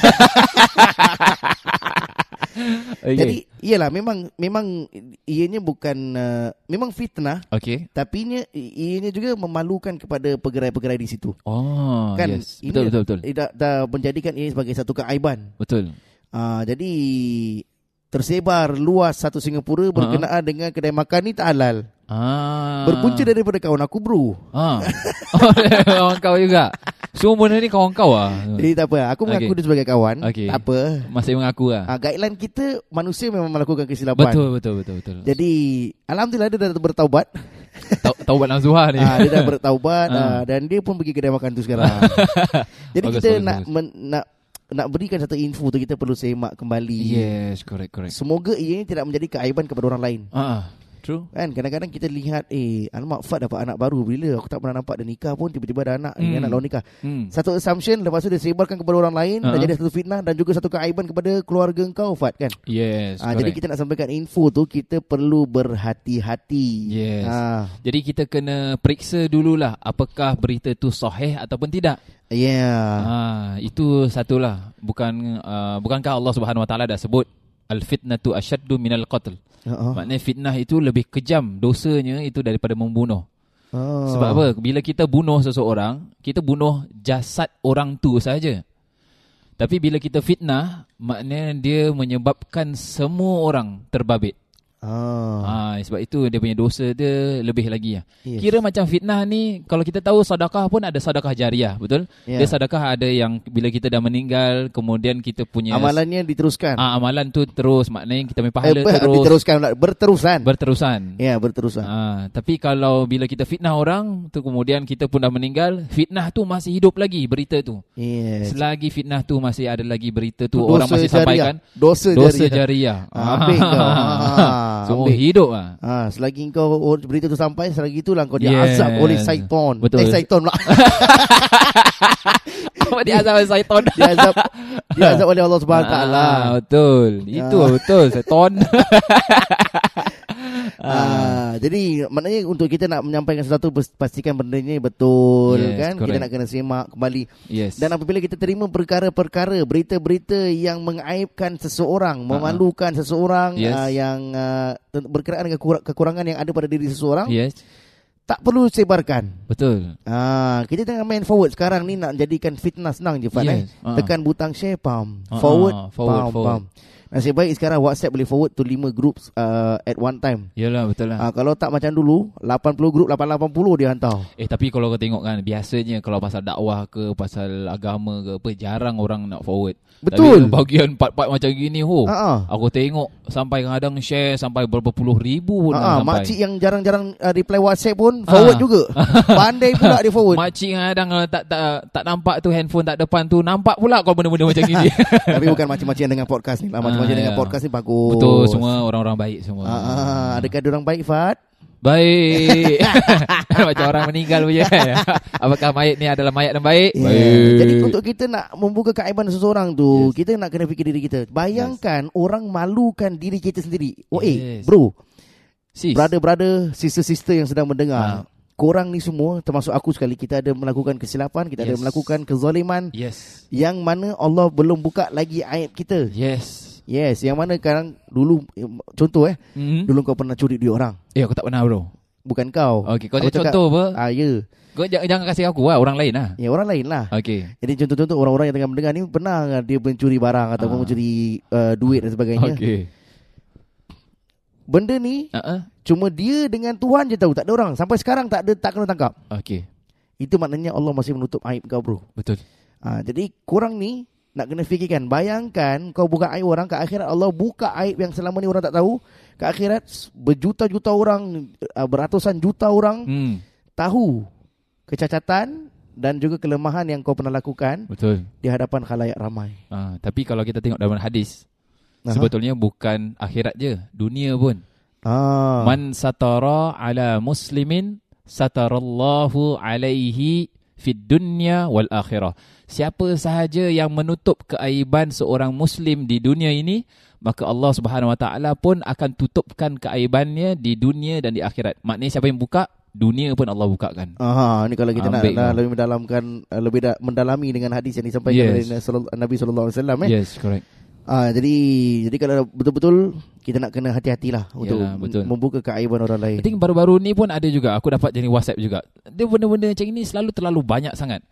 S2: okay.
S1: Jadi iyalah memang memang ianya bukan uh, memang fitnah
S2: Okay
S1: tapi ianya, ianya juga memalukan kepada pegerai-pegerai di situ.
S2: Oh
S1: Kan,
S2: yes.
S1: ini
S2: Betul betul betul
S1: Ia dah, dah menjadikan ini sebagai satu keaiban.
S2: Betul
S1: Ah jadi tersebar luas satu Singapura berkenaan dengan kedai makan ni tak halal.
S2: ah.
S1: Berpunca daripada kawan aku bro.
S2: ah. Oh kawan kau juga Semua benda ni kawan kau lah
S1: Jadi tak apa, aku mengaku
S2: Okey.
S1: dia sebagai kawan.
S2: Okey.
S1: Tak apa.
S2: Masih mengaku lah
S1: Ah guideline kita manusia memang melakukan kesilapan.
S2: Betul betul betul betul. Jadi,
S1: Jadi alhamdulillah dia dah bertaubat.
S2: Taubat Nazuha ni.
S1: ah, dia dah bertaubat
S2: Ah.
S1: ah, dan dia pun pergi kedai makan tu sekarang. Jadi
S2: Bagus,
S1: kita
S2: bagus,
S1: nak
S2: bagus.
S1: men, nak nak berikan satu info tu kita perlu semak kembali.
S2: yes, correct correct.
S1: Semoga ianya tidak menjadi keaiban kepada orang lain.
S2: Ah, ah. true.
S1: Kan kadang-kadang kita lihat eh alamak Fat dapat anak baru bila aku tak pernah nampak dia nikah pun tiba-tiba ada anak hmm.
S2: Hmm.
S1: anak lawan nikah.
S2: Hmm.
S1: Satu assumption lepas tu dia sebarkan kepada orang lain dan
S2: Ah.
S1: jadi satu fitnah dan juga satu keaiban kepada keluarga kau Fat kan.
S2: Yes,
S1: Ah,
S2: correct.
S1: jadi kita nak sampaikan info tu kita perlu berhati-hati.
S2: Yes.
S1: Ah,
S2: Jadi kita kena periksa dululah apakah berita tu sahih ataupun tidak.
S1: yeah.
S2: Ah, itu satulah. Bukan uh, bukankah Allah Subhanahu Wa Taala dah sebut al fitnatu asyaddu minal qatl.
S1: Uh-uh.
S2: Maknanya fitnah itu lebih kejam dosanya itu daripada membunuh.
S1: Oh.
S2: Sebab apa? Bila kita bunuh seseorang, kita bunuh jasad orang tu saja. Tapi bila kita fitnah, maknanya dia menyebabkan semua orang terbabit.
S1: Ah.
S2: Ha, sebab itu dia punya dosa dia lebih lagi. Ya.
S1: Yes.
S2: Kira macam fitnah ni, kalau kita tahu sedekah pun ada sedekah jariah, betul?
S1: Yeah.
S2: Dia sedekah ada yang bila kita dah meninggal, kemudian kita punya
S1: amalannya diteruskan.
S2: Ah, amalan tu terus, maknanya kita punya pahala
S1: ber-
S2: terus,
S1: diteruskan pula, berterusan.
S2: berterusan.
S1: ya, berterusan.
S2: Ah, tapi kalau bila kita fitnah orang tu kemudian kita pun dah meninggal, fitnah tu masih hidup lagi berita tu.
S1: Yes.
S2: Selagi fitnah tu masih ada lagi berita tu
S1: Dosa
S2: orang masih
S1: jariah.
S2: sampaikan
S1: dosa jariah.
S2: dosa jariah.
S1: Ah, ambil kau. Ah,
S2: Semua
S1: ambil.
S2: hidup ah.
S1: Ah, selagi kau or- berita tu sampai selagi itulah kau
S2: Yes.
S1: diazab oleh syaitan.
S2: Betul.
S1: Eh syaitan pula.
S2: Apa dia azab syaitan?
S1: diazab diazab oleh Allah Subhanahu Wa Taala.
S2: Ah, betul. Itu betul syaitan.
S1: Ah, jadi maknanya untuk kita nak menyampaikan sesuatu pers- pastikan benda ni betul
S2: Yes,
S1: kan. Kita
S2: correct.
S1: nak kena semak kembali.
S2: Yes.
S1: Dan apabila kita terima perkara-perkara, berita-berita yang mengaibkan seseorang, memalukan seseorang
S2: Yes.
S1: ah, yang ah, ten- berkenaan dengan kura- kekurangan yang ada pada diri seseorang,
S2: yes.
S1: tak perlu sebarkan.
S2: Betul.
S1: Ah, kita tengah main forward sekarang ni nak jadikan fitnah senang je Fat eh.
S2: Yes, ah.
S1: Tekan butang share pam.
S2: Ah,
S1: Forward,
S2: ah, forward,
S1: pam,
S2: forward.
S1: pam. Nasib baik sekarang WhatsApp boleh forward to 5 groups uh, at one time.
S2: Yalah betul lah.
S1: Ah, kalau tak macam dulu 80 group 880 dia hantar.
S2: Eh tapi kalau kau tengok kan biasanya kalau pasal dakwah ke pasal agama ke apa jarang orang nak forward.
S1: Betul.
S2: Tapi bahagian part-part macam gini oh, ho.
S1: Ha ah.
S2: Aku tengok sampai kadang share sampai berapa puluh ribu
S1: Ha
S2: pun dah
S1: ah,
S2: sampai.
S1: makcik yang jarang-jarang uh, reply WhatsApp pun forward
S2: Ah.
S1: juga. Pandai pula dia forward.
S2: Makcik kadang kalau tak tak tak nampak tu handphone tak depan tu nampak pula kau benda-benda macam gini.
S1: Tapi bukan macam-macam yang dengan podcast ni. lah. Macam-macam
S2: Ah,
S1: dengan
S2: ya.
S1: podcast ni bagus.
S2: Betul semua orang-orang baik semua.
S1: Ah, ah, adakah dia orang baik Fat?
S2: Baik. Macam orang meninggal punya. Apakah mayat ni adalah mayat yang baik?
S1: Yeah.
S2: Baik.
S1: Ya, Jadi untuk kita nak membuka keaiban seseorang tu, yes. kita nak kena fikir diri kita. Bayangkan yes. orang malukan diri kita sendiri. Oh eh,
S2: Yes.
S1: bro,
S2: sis.
S1: brother-brother, sister-sister yang sedang mendengar.
S2: Ah.
S1: Korang ni semua termasuk aku sekali kita ada melakukan kesilapan, kita yes. ada
S2: Yes.
S1: melakukan kezaliman
S2: Yes.
S1: yang mana Allah belum buka lagi aib kita.
S2: Yes.
S1: Yes, yang mana sekarang dulu eh, contoh eh,
S2: Mm.
S1: dulu kau pernah curi duit orang.
S2: Eh aku tak pernah bro.
S1: Bukan kau.
S2: Okey, kau
S1: Aku
S2: cakap
S1: cakap-
S2: contoh apa?
S1: Ah Oh, ya.
S2: Kau jangan, jangan kasih aku lah, orang lain lah.
S1: Ya orang lain lah.
S2: Okey.
S1: Jadi contoh-contoh orang-orang yang tengah mendengar ni pernah nggak dia mencuri barang ataupun
S2: Ah.
S1: mencuri uh, duit dan sebagainya.
S2: Okey.
S1: Benda ni
S2: Uh-uh.
S1: cuma dia dengan Tuhan je tahu, tak ada orang. Sampai sekarang tak ada tak kena tangkap.
S2: Okey.
S1: Itu maknanya Allah masih menutup aib kau bro.
S2: Betul.
S1: Ha, jadi kurang ni nak kena fikirkan. Bayangkan kau buka aib orang, kat akhirat Allah buka aib yang selama ni orang tak tahu. Kat akhirat s- berjuta-juta orang, uh, beratusan juta orang
S2: Hmm.
S1: tahu kecacatan dan juga kelemahan yang kau pernah lakukan
S2: Betul.
S1: di hadapan khalayak ramai.
S2: Ah, tapi kalau kita tengok dalam hadis,
S1: Aha.
S2: sebetulnya bukan akhirat je, dunia pun.
S1: Ah.
S2: Man satara ala muslimin satarallahu alaihi fid dunya wal akhirah. Siapa sahaja yang menutup keaiban seorang muslim di dunia ini, maka Allah Subhanahu wa taala pun akan tutupkan keaibannya di dunia dan di akhirat. Maknanya siapa yang buka, dunia pun Allah bukakan.
S1: Aha, ni kalau kita nak
S2: Ah, Ambil lah.
S1: dah
S2: kau.
S1: lebih mendalamkan uh, lebih da- mendalami dengan hadis yang disampaikan
S2: Yes.
S1: oleh Nabi sallallahu- Nabi sallallahu alaihi wasallam eh.
S2: Yes, correct.
S1: Ah, jadi jadi kalau betul-betul kita nak kena hati-hatilah untuk
S2: Yalah, betul.
S1: mem- membuka keaiban orang lain.
S2: I think baru-baru ni pun ada juga Aku dapat jadi WhatsApp juga Dia benda-benda macam ni Selalu terlalu banyak sangat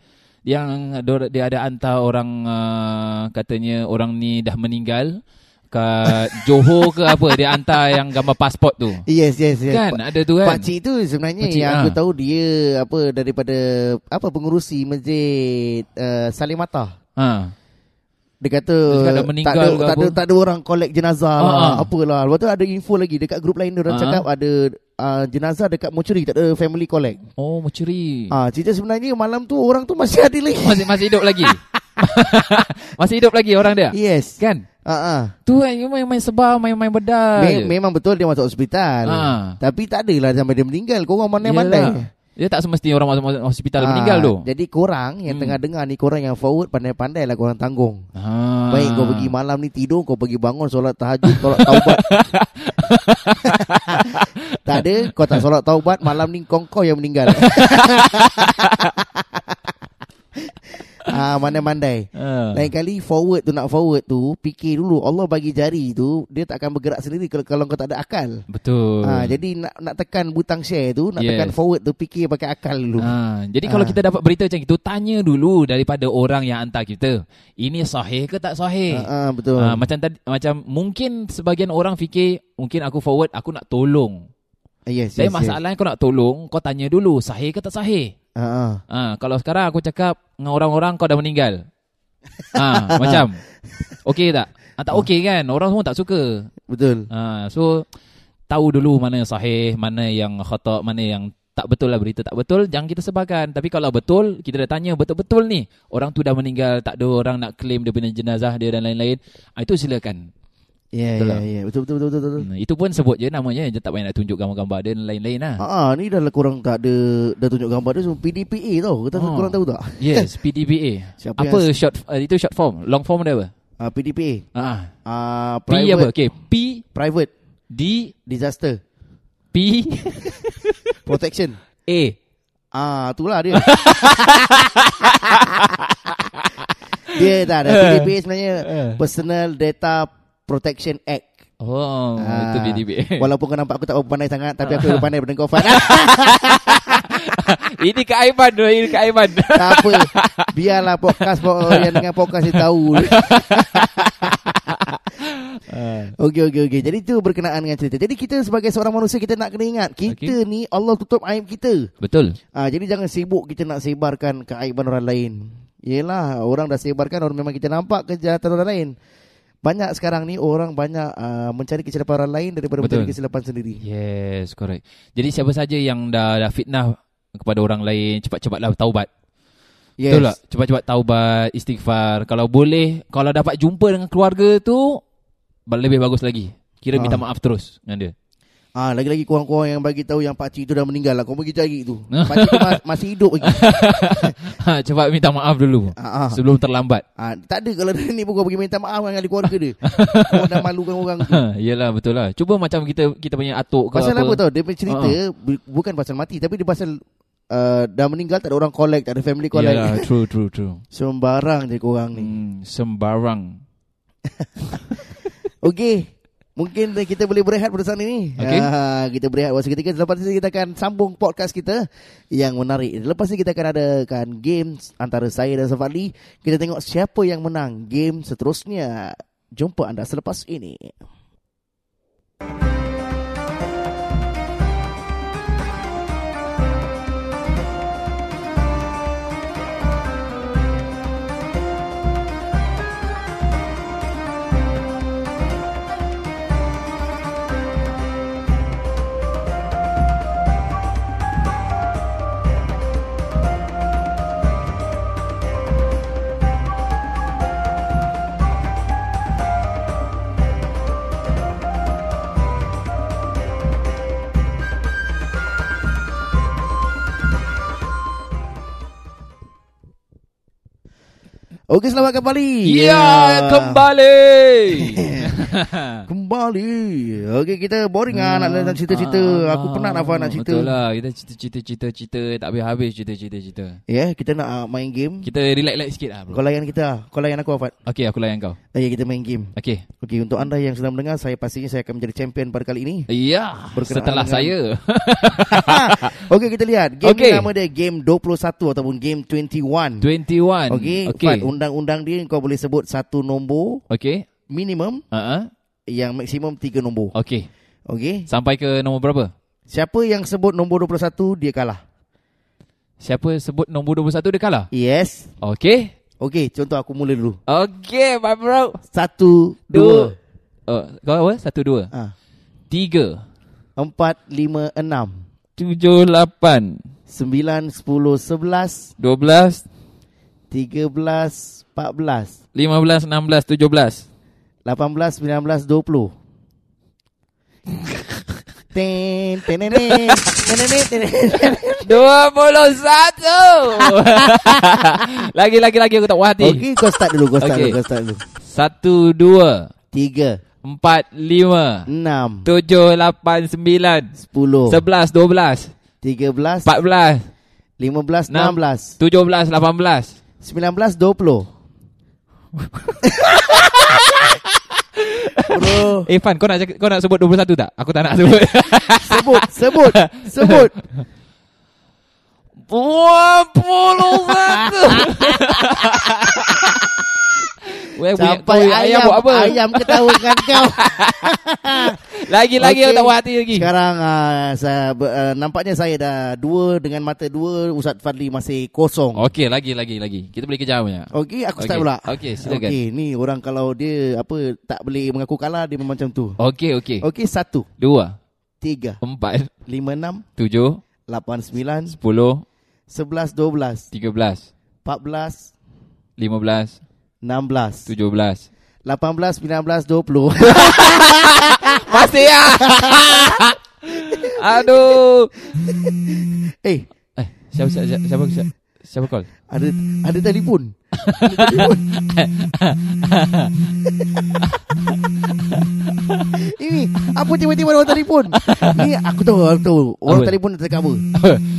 S2: Yang dor- dia ada hantar orang uh, Katanya orang ni dah meninggal Kat Johor ke apa Dia hantar yang gambar pasport tu
S1: Yes, yes, yes.
S2: Kan
S1: Pa-
S2: ada tu kan
S1: Pakcik tu sebenarnya
S2: Pakcik,
S1: yang
S2: ah.
S1: aku tahu dia apa daripada apa pengurusi masjid uh, Salimata.
S2: ha.
S1: Dia kata,
S2: Dia cakap dah
S1: tak
S2: meninggal
S1: ada,
S2: ke
S1: tak, ada,
S2: apa?
S1: tak ada orang collect jenazah
S2: Ah,
S1: lah,
S2: ah.
S1: apalah. Lepas tu ada info lagi dekat grup lain dia orang
S2: Ah.
S1: cakap ada uh, jenazah dekat mortuary, tak ada family collect.
S2: Oh mencuri
S1: Ah, cerita sebenarnya malam tu orang tu masih ada lagi.
S2: Masih masih hidup lagi Masih hidup lagi orang dia
S1: Yes.
S2: Kan
S1: Ha ah.
S2: Tu kan main-main sebar Main-main bedah je.
S1: Me- memang betul dia masuk hospital.
S2: ya. Ah.
S1: Tapi tak adalah sampai dia meninggal. Korang pandai-pandai.
S2: Yelah. Dia tak semestinya orang masuk masuk hospital
S1: Ah,
S2: meninggal tu
S1: Jadi korang yang
S2: Hmm.
S1: tengah dengar ni korang yang forward pandai-pandai lah korang tanggung.
S2: Ah.
S1: Baik kau pergi malam ni tidur Kau pergi bangun solat tahajud Solat taubat Tak ada Kau tak solat taubat Malam ni kau kau yang meninggal Ah, Mandai-mandai
S2: Ah.
S1: Lain kali forward tu nak forward tu Fikir dulu Allah bagi jari tu Dia tak akan bergerak sendiri Kalau, kalau kau tak ada akal
S2: Betul.
S1: ha, Jadi nak nak tekan butang share tu Nak
S2: Yes.
S1: tekan forward tu Fikir pakai akal dulu
S2: Ha, jadi kalau
S1: Ah.
S2: kita dapat berita macam itu tanya dulu daripada orang yang hantar kita. Ini sahih ke tak sahih?
S1: Ah, ah, Betul
S2: Ha, macam tadi macam mungkin sebagian orang fikir mungkin aku forward aku nak tolong.
S1: Ah, Yes,
S2: Saya
S1: yes,
S2: masalahnya kau nak tolong, kau tanya dulu sahih ke tak sahih?
S1: yes. Ah, ah.
S2: Ha, kalau sekarang aku cakap dengan orang-orang kau dah meninggal. Ha, macam okey tak? Ha,
S1: Ah.
S2: tak okey kan? Orang semua tak suka.
S1: Betul
S2: Ha, so tahu dulu mana yang sahih, mana yang khata, mana yang tak betul lah berita tak betul jangan kita sebarkan. Tapi kalau betul kita dah tanya betul-betul ni orang tu dah meninggal, tak ada orang nak claim dia punya jenazah dia dan lain-lain. Ha, itu silakan.
S1: Ya,
S2: Betul lah.
S1: ya,
S2: tak?
S1: ya. Betul, betul, betul, betul. betul.
S2: Hmm, itu pun sebut je namanya, je tak payah nak tunjuk gambar-gambar dia dan lain-lain lah.
S1: Ah, ah, ni dah lah korang tak ada dah tunjuk gambar dia semua PDPA tau. Kita
S2: Ah.
S1: korang tahu tak?
S2: Yes, PDPA.
S1: Siapa
S2: apa
S1: yang-
S2: short uh, itu short form, long form dia apa?
S1: Ah, PDPA.
S2: Ha. ah.
S1: Ah,
S2: P apa?
S1: private
S2: Okey, P
S1: private
S2: D
S1: disaster.
S2: P
S1: Protection.
S2: A
S1: Ah, itulah dia. dia tak ada PDPA sebenarnya.
S2: Eh.
S1: Personal Data Protection Act.
S2: Oh
S1: Ah,
S2: Itu Ah. BDBA
S1: Walaupun kau nampak aku tak berapa pandai sangat tapi aku lebih pandai daripada kau Fan.
S2: Ini Kak Aiman tu, Ini Kak Aiman
S1: tak apa. Biarlah podcast po- yang dengan podcast dia tahu. Okey okey okey. Jadi tu berkenaan dengan cerita. Jadi kita sebagai seorang manusia kita nak kena ingat kita ni Allah tutup aib kita.
S2: Betul
S1: Ah jadi jangan sibuk kita nak sebarkan keaiban orang lain. Yelah orang dah sebarkan orang memang kita nampak kejahatan orang lain. Banyak sekarang ni orang banyak uh, mencari kesilapan orang lain daripada
S2: Betul.
S1: mencari kesilapan sendiri.
S2: Yes correct Jadi siapa saja yang dah, dah fitnah kepada orang lain Cepat-cepatlah taubat
S1: Yes.
S2: Betul tak? Cepat-cepat taubat, istighfar. Kalau boleh, kalau dapat jumpa dengan keluarga tu, ba- lebih bagus lagi. Kira minta
S1: Ah.
S2: maaf terus dengan dia.
S1: Ah, lagi-lagi korang-korang yang bagi tahu yang pakcik tu dah meninggal lah. Kau pergi cari tu. Pakcik tu ma- masih hidup lagi.
S2: Ha, cepat minta maaf dulu.
S1: Ah, ah.
S2: Sebelum terlambat.
S1: Ah, tak ada kalau dah ni pun kau pergi minta maaf dengan ahli keluarga dia. kau dah malukan orang.
S2: Ha, yelah betul lah. Cuba macam kita kita punya atuk ke
S1: Pasal apa,
S2: apa. Ah.
S1: tau? Dia punya cerita bu- bukan pasal mati tapi dia pasal uh, dah meninggal tak ada orang collect, tak ada family collect.
S2: Yelah, true, true, true.
S1: Sembarang je korang ni.
S2: Hmm, sembarang.
S1: Okey. Mungkin kita boleh berehat pada saat ini.
S2: Okey.
S1: Ah, kita berehat masa ketika selepas ini kita akan sambung podcast kita yang menarik. Lepas ini kita akan adakan game antara saya dan Safali. Kita tengok siapa yang menang game seterusnya. Jumpa anda selepas ini. Okey, selamat kembali.
S2: Ya, kembali.
S1: Kembali. Okey, kita boring ah nak dalam cerita-cerita. Aku penat nak nak cerita.
S2: Hmm. Betul lah. Kita cerita-cerita-cerita-cerita. Tak habis-habis cerita-cerita-cerita.
S1: Ya, yeah, kita nak ah, main game.
S2: Kita relax-relax sikit lah bro.
S1: Kau layan kita. ah. Kau layan aku Afat.
S2: Okay, aku layan kau.
S1: Ya, kita main game.
S2: Okay.
S1: Okey, untuk anda yang sedang mendengar, saya pastinya saya akan menjadi champion pada kali ini.
S2: Ya,
S1: Berkenaan
S2: setelah
S1: dengan-
S2: saya.
S1: Okey, kita lihat. Game
S2: Okey.
S1: okay. nama dia game 21 ataupun game 21.
S2: 21.
S1: Okey, okay.
S2: Okey.
S1: Fat, undang-undang dia kau boleh sebut satu nombor
S2: Okey.
S1: minimum
S2: Uh-huh.
S1: yang maksimum tiga nombor.
S2: Okey.
S1: Okey.
S2: Sampai ke nombor berapa?
S1: Siapa yang sebut nombor 21 dia kalah.
S2: Siapa sebut nombor 21 dia kalah?
S1: Yes.
S2: Okey.
S1: Okey, contoh aku mula dulu.
S2: Okey, my bro.
S1: Satu, dua,
S2: Oh, kau apa? Satu, dua.
S1: Ah,
S2: Tiga.
S1: empat, lima, enam,
S2: Tujuh, lapan.
S1: sembilan, sepuluh, sebelas,
S2: Dua belas.
S1: tiga belas, empat belas,
S2: Lima belas, enam belas, tujuh belas.
S1: lapan belas, sembilan belas, dua puluh. Ten, ten, ten, ten, ten, ten, ten, ten, ten.
S2: Dua puluh satu. Lagi, lagi, lagi. Aku tak puas hati.
S1: Okey, kau start dulu, kau start
S2: Okey.
S1: dulu, kau start dulu.
S2: Satu, dua.
S1: Tiga,
S2: Empat, lima.
S1: enam,
S2: Tujuh, lapan, sembilan.
S1: sepuluh,
S2: Sebelas, dua belas.
S1: tiga belas,
S2: Empat belas.
S1: lima belas,
S2: Enam.
S1: enam belas,
S2: 17, 18
S1: sembilan belas, dua puluh. Bro,
S2: Eh Fan kau nak cakap, kau nak sebut 21 tak? Aku tak nak sebut
S1: sebut, sebut, sebut.
S2: 21 Weh, punya,
S1: Sampai
S2: kau,
S1: ayam, ayam
S2: buat apa?
S1: Ayam ketawakan kau.
S2: Lagi-lagi
S1: Okey.
S2: aku tak puas hati lagi
S1: Sekarang uh, saya, ber- uh, nampaknya saya dah dua dengan mata dua Ustaz Fadli masih kosong.
S2: Okey lagi lagi lagi Kita boleh kejar punya
S1: Okey, aku start
S2: Okey.
S1: pula.
S2: Okey, silakan.
S1: Okey, ni orang kalau dia apa tak boleh mengaku kalah dia memang macam tu.
S2: Okey okey
S1: Okey, satu,
S2: Dua
S1: tiga,
S2: Empat
S1: lima, enam,
S2: Tujuh
S1: lapan, sembilan,
S2: Sepuluh
S1: sebelas, dua belas,
S2: Tiga belas
S1: empat belas,
S2: Lima belas
S1: enam belas,
S2: Tujuh belas
S1: lapan belas, sembilan belas, dua puluh. ah!
S2: Masih ya Aduh
S1: Eh,
S2: Eh siapa siapa siapa siapa, siapa, siapa call?
S1: ada
S2: Hmm.
S1: ada telefon. Ini Apa tiba-tiba orang telefon? Ni aku tahu, aku tahu. Orang
S2: Apa?
S1: telefon nak tercover.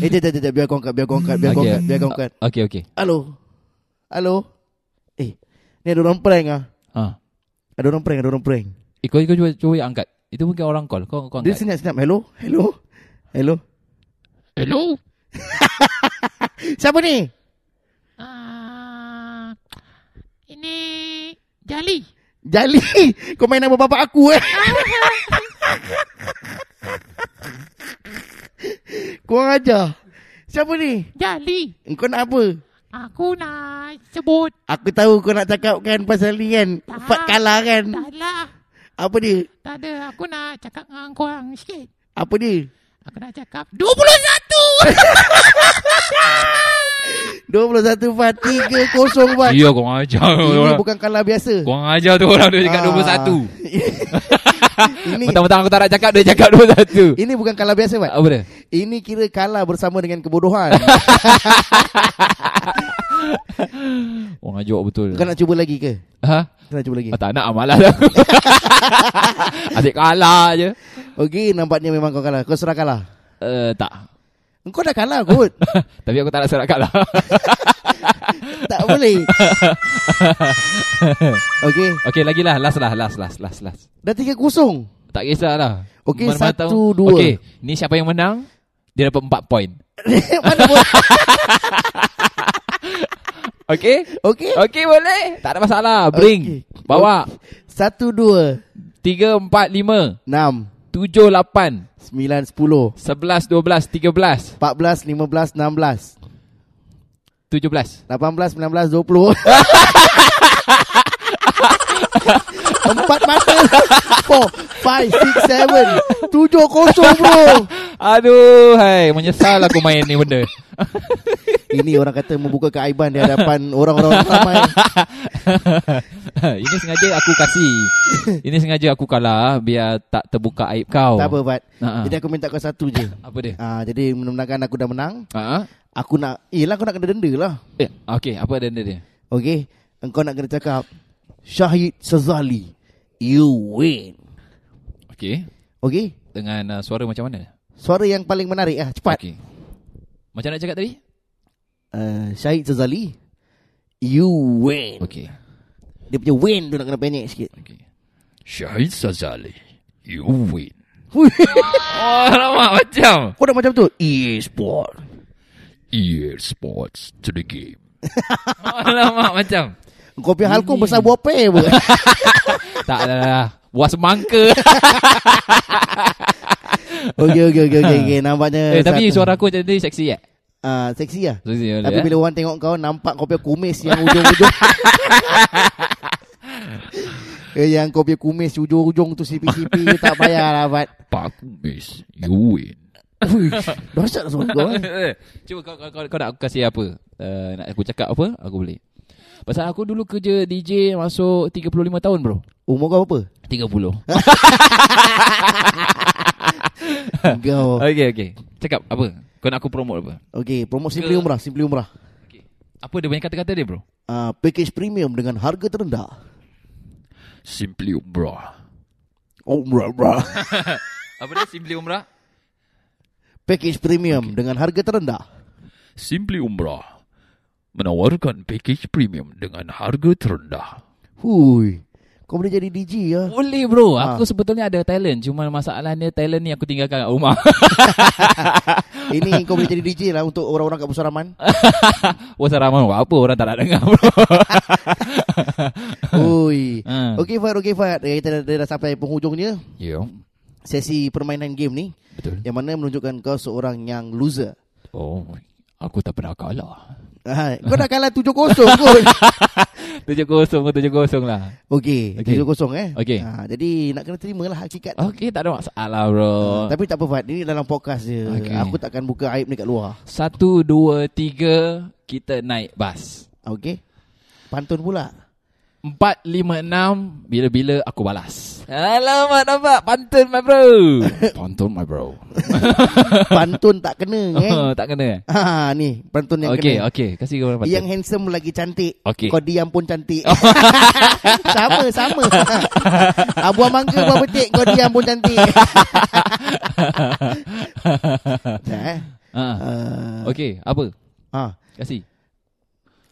S1: Eh, jap, jap, jap, jap, biar aku angkat, biar aku angkat, biar aku
S2: Okay.
S1: angkat, biar aku angkat.
S2: Okay okay
S1: Halo. Halo. Eh, ni ada orang prank ah.
S2: ha.
S1: Ada orang prank, ada orang prank.
S2: Eh kau, kau cuba, cuba angkat Itu mungkin orang call Kau, kau
S1: Dia
S2: angkat
S1: senyap-senyap. Hello, hello. Hello.
S2: Hello
S1: Siapa ni?
S3: Ah, ini Jali.
S1: Jali. Kau main nama bapak aku eh. Kau ajar. Siapa ni?
S3: Jali.
S1: Kau nak apa?
S3: Aku nak sebut
S1: Aku tahu kau nak cakap kan pasal ni kan.
S3: Tak.
S1: Fat kalah kan.
S3: tak lah.
S1: Apa dia?
S3: Tak ada. Aku nak cakap dengan korang sikit.
S1: Apa dia?
S3: Aku nak cakap 21.
S1: 21 Fat 3-0 Fat.
S2: Ya kau ajar
S1: Ini
S2: orang.
S1: bukan kalah biasa.
S2: Kau ajar tu orang Dia cakap
S1: Ah.
S2: 21
S1: ini
S2: Mentang-mentang aku tak nak cakap Dia cakap 21
S1: ini bukan kalah biasa, Mat.
S2: Apa dia
S1: Ini kira kalah bersama dengan kebodohan.
S2: Orang ajak betul
S1: Kau nak cuba lagi ke?
S2: Ha
S1: Kau nak cuba lagi?
S2: Ah, tak nak malas aku Asyik kalah je
S1: Okey, nampaknya memang kau kalah. Kau serah kalah.
S2: uh, Tak
S1: Kau dah kalah kot.
S2: Tapi aku tak nak lah. serak kalah
S1: tak boleh. Okey,
S2: Okay lagi lah Last lah Last last last last
S1: dah 3-0.
S2: Tak kisahlah
S1: Okey,
S2: Mana-mana
S1: satu,
S2: tahu.
S1: dua.
S2: Okey Ni siapa yang menang Dia dapat 4 point
S1: Mana boleh?
S2: Okey
S1: Okey.
S2: Okey boleh Tak ada masalah Bring
S1: Okey.
S2: Bawa
S1: 1 2
S2: 3, 4, 5
S1: 6
S2: 7, 8
S1: 9 10
S2: 11, 12, 13
S1: 14 15 16
S2: 17
S1: 18 19 20 Empat mata Four Five Six Seven Tujuh kosong bro
S2: Aduh hai Menyesal aku main ni benda
S1: Ini orang kata Membuka keaiban di hadapan Orang-orang ramai
S2: Ini sengaja aku kasih Ini sengaja aku kalah Biar tak terbuka aib kau
S1: Tak apa Fat
S2: Ha-ha.
S1: Jadi aku minta kau satu je
S2: Apa dia
S1: Ah, Jadi menang-menangkan aku dah menang
S2: Ha?
S1: Aku nak Eh lah aku nak kena denda lah
S2: Eh, okey, apa denda dia?
S1: Okay Engkau nak kena cakap Syahid Sazali You win
S2: Okey.
S1: Okay
S2: Dengan uh, suara macam mana?
S1: Suara yang paling menarik lah Cepat
S2: Okey. Macam nak cakap tadi?
S1: uh, Syahid Sazali You win
S2: Okey.
S1: Dia punya win tu nak kena pendek sikit
S2: Okey. Syahid Sazali, you win. Oh, lama Oh, macam.
S1: Kau dah macam tu E-sport
S4: EA E Sports to the game.
S2: Oh, lama macam.
S1: Kau punya halkung besar buah pe apa
S2: tak lah, lah. Buah semangka.
S1: Okay okay okay, okay, okay. Nampaknya
S2: eh, tapi
S1: satu-
S2: suara aku macam tadi seksi eh?
S1: Ah, Seksi lah
S2: Seksi boleh
S1: Tapi
S2: eh?
S1: bila orang tengok kau Nampak kau punya kumis yang ujung-ujung eh, Yang kau punya kumis ujung-ujung tu sipi-sipi je Tak payah lah Fat
S4: Pak Miss, you win.
S1: Dahsyat lah suara kau eh.
S2: Cuba kau, kau, kau, kau nak aku kasih apa? Uh, nak aku cakap apa? Aku boleh. Pasal aku dulu kerja DJ masuk 35 tahun bro.
S1: Umur kau apa?
S2: 30.
S1: Kau
S2: Oh. Okey, okey. Cakap apa? Kau nak aku promote apa?
S1: Okay promote Simply Umrah Simply Umrah
S2: Apa dia punya kata-kata dia bro?
S1: Ah, Package premium dengan harga terendah
S4: Simply Umbra.
S1: Umrah umrah
S2: Apa dia simply umrah?
S1: Package premium dengan harga terendah
S4: Simply Umbra
S2: Oh,
S4: menawarkan package premium dengan harga terendah.
S1: Hui Kau boleh jadi DJ ya
S2: Boleh bro,
S1: Ha.
S2: aku sebetulnya ada talent Cuma masalahnya talent ni aku tinggalkan kat rumah
S1: Ini Eh, kau boleh jadi DJ lah Untuk orang-orang kat Busaraman
S2: Pasal ramai orang apa orang tak nak dengar bro
S1: Hui
S2: Ha.
S1: Okay Fat Okay Fat Eh, Kita dah, dah dah sampai penghujungnya
S2: Yo,
S1: Sesi permainan game ni
S2: Ya. betul
S1: Yang mana menunjukkan kau seorang yang loser
S2: Oh, aku tak pernah kalah
S1: Ah, Kau dah kalah 7-0 kot
S2: 7-0 ke 7-0 lah
S1: Okey,
S2: Okey.
S1: okay. 7-0 eh
S2: Okey.
S1: ha, Jadi nak kena terima lah hakikat tu.
S2: Okay, tak ada masalah bro
S1: Tapi tak apa Fat Ini dalam podcast je
S2: Oh. Okey.
S1: Aku takkan buka aib ni kat luar
S2: Satu, dua, tiga Kita naik bas
S1: Okey Pantun pula
S2: Empat, lima, enam Bila-bila aku balas Alamak nampak Pantun my bro Pantun my bro
S1: Pantun tak kena eh.
S2: Tak kena eh
S1: Ha ni pantun yang
S2: Okay
S1: kena.
S2: okay Kasih kau orang pantun
S1: Yang handsome lagi cantik.
S2: Okey. Oh.
S1: Kau diam pun cantik. sama sama. ah, buah mangga buah petik kau diam pun cantik. nah, eh.
S2: ha.
S1: Uh,
S2: Okay apa
S1: ha.
S2: Kasih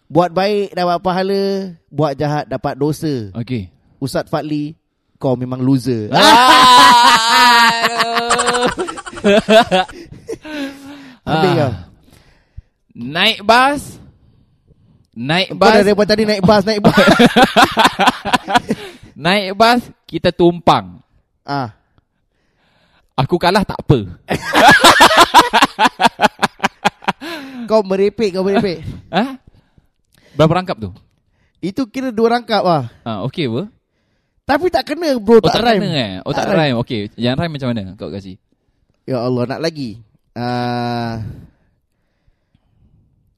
S1: Buat baik dapat pahala, buat jahat dapat dosa.
S2: Okay
S1: Ustaz Fadli, kau memang loser.
S2: Ah. Aduh.
S1: Habis
S2: Ah.
S1: kau.
S2: Naik bas Naik
S1: Kau dah
S2: bas
S1: daripada tadi naik bas, naik bas.
S2: Naik bas Kita tumpang
S1: ah.
S2: Aku kalah tak apa
S1: Kau merepek, kau merepek.
S2: ha? Berapa rangkap tu?
S1: Itu kira dua rangkap lah.
S2: Ha, okay apa?
S1: Tapi tak kena bro,
S2: Oh
S1: tak,
S2: tak,
S1: rhyme.
S2: kena eh Oh tak, rhyme. Okay Yang rhyme macam mana Kau kasih
S1: Ya Allah nak lagi uh,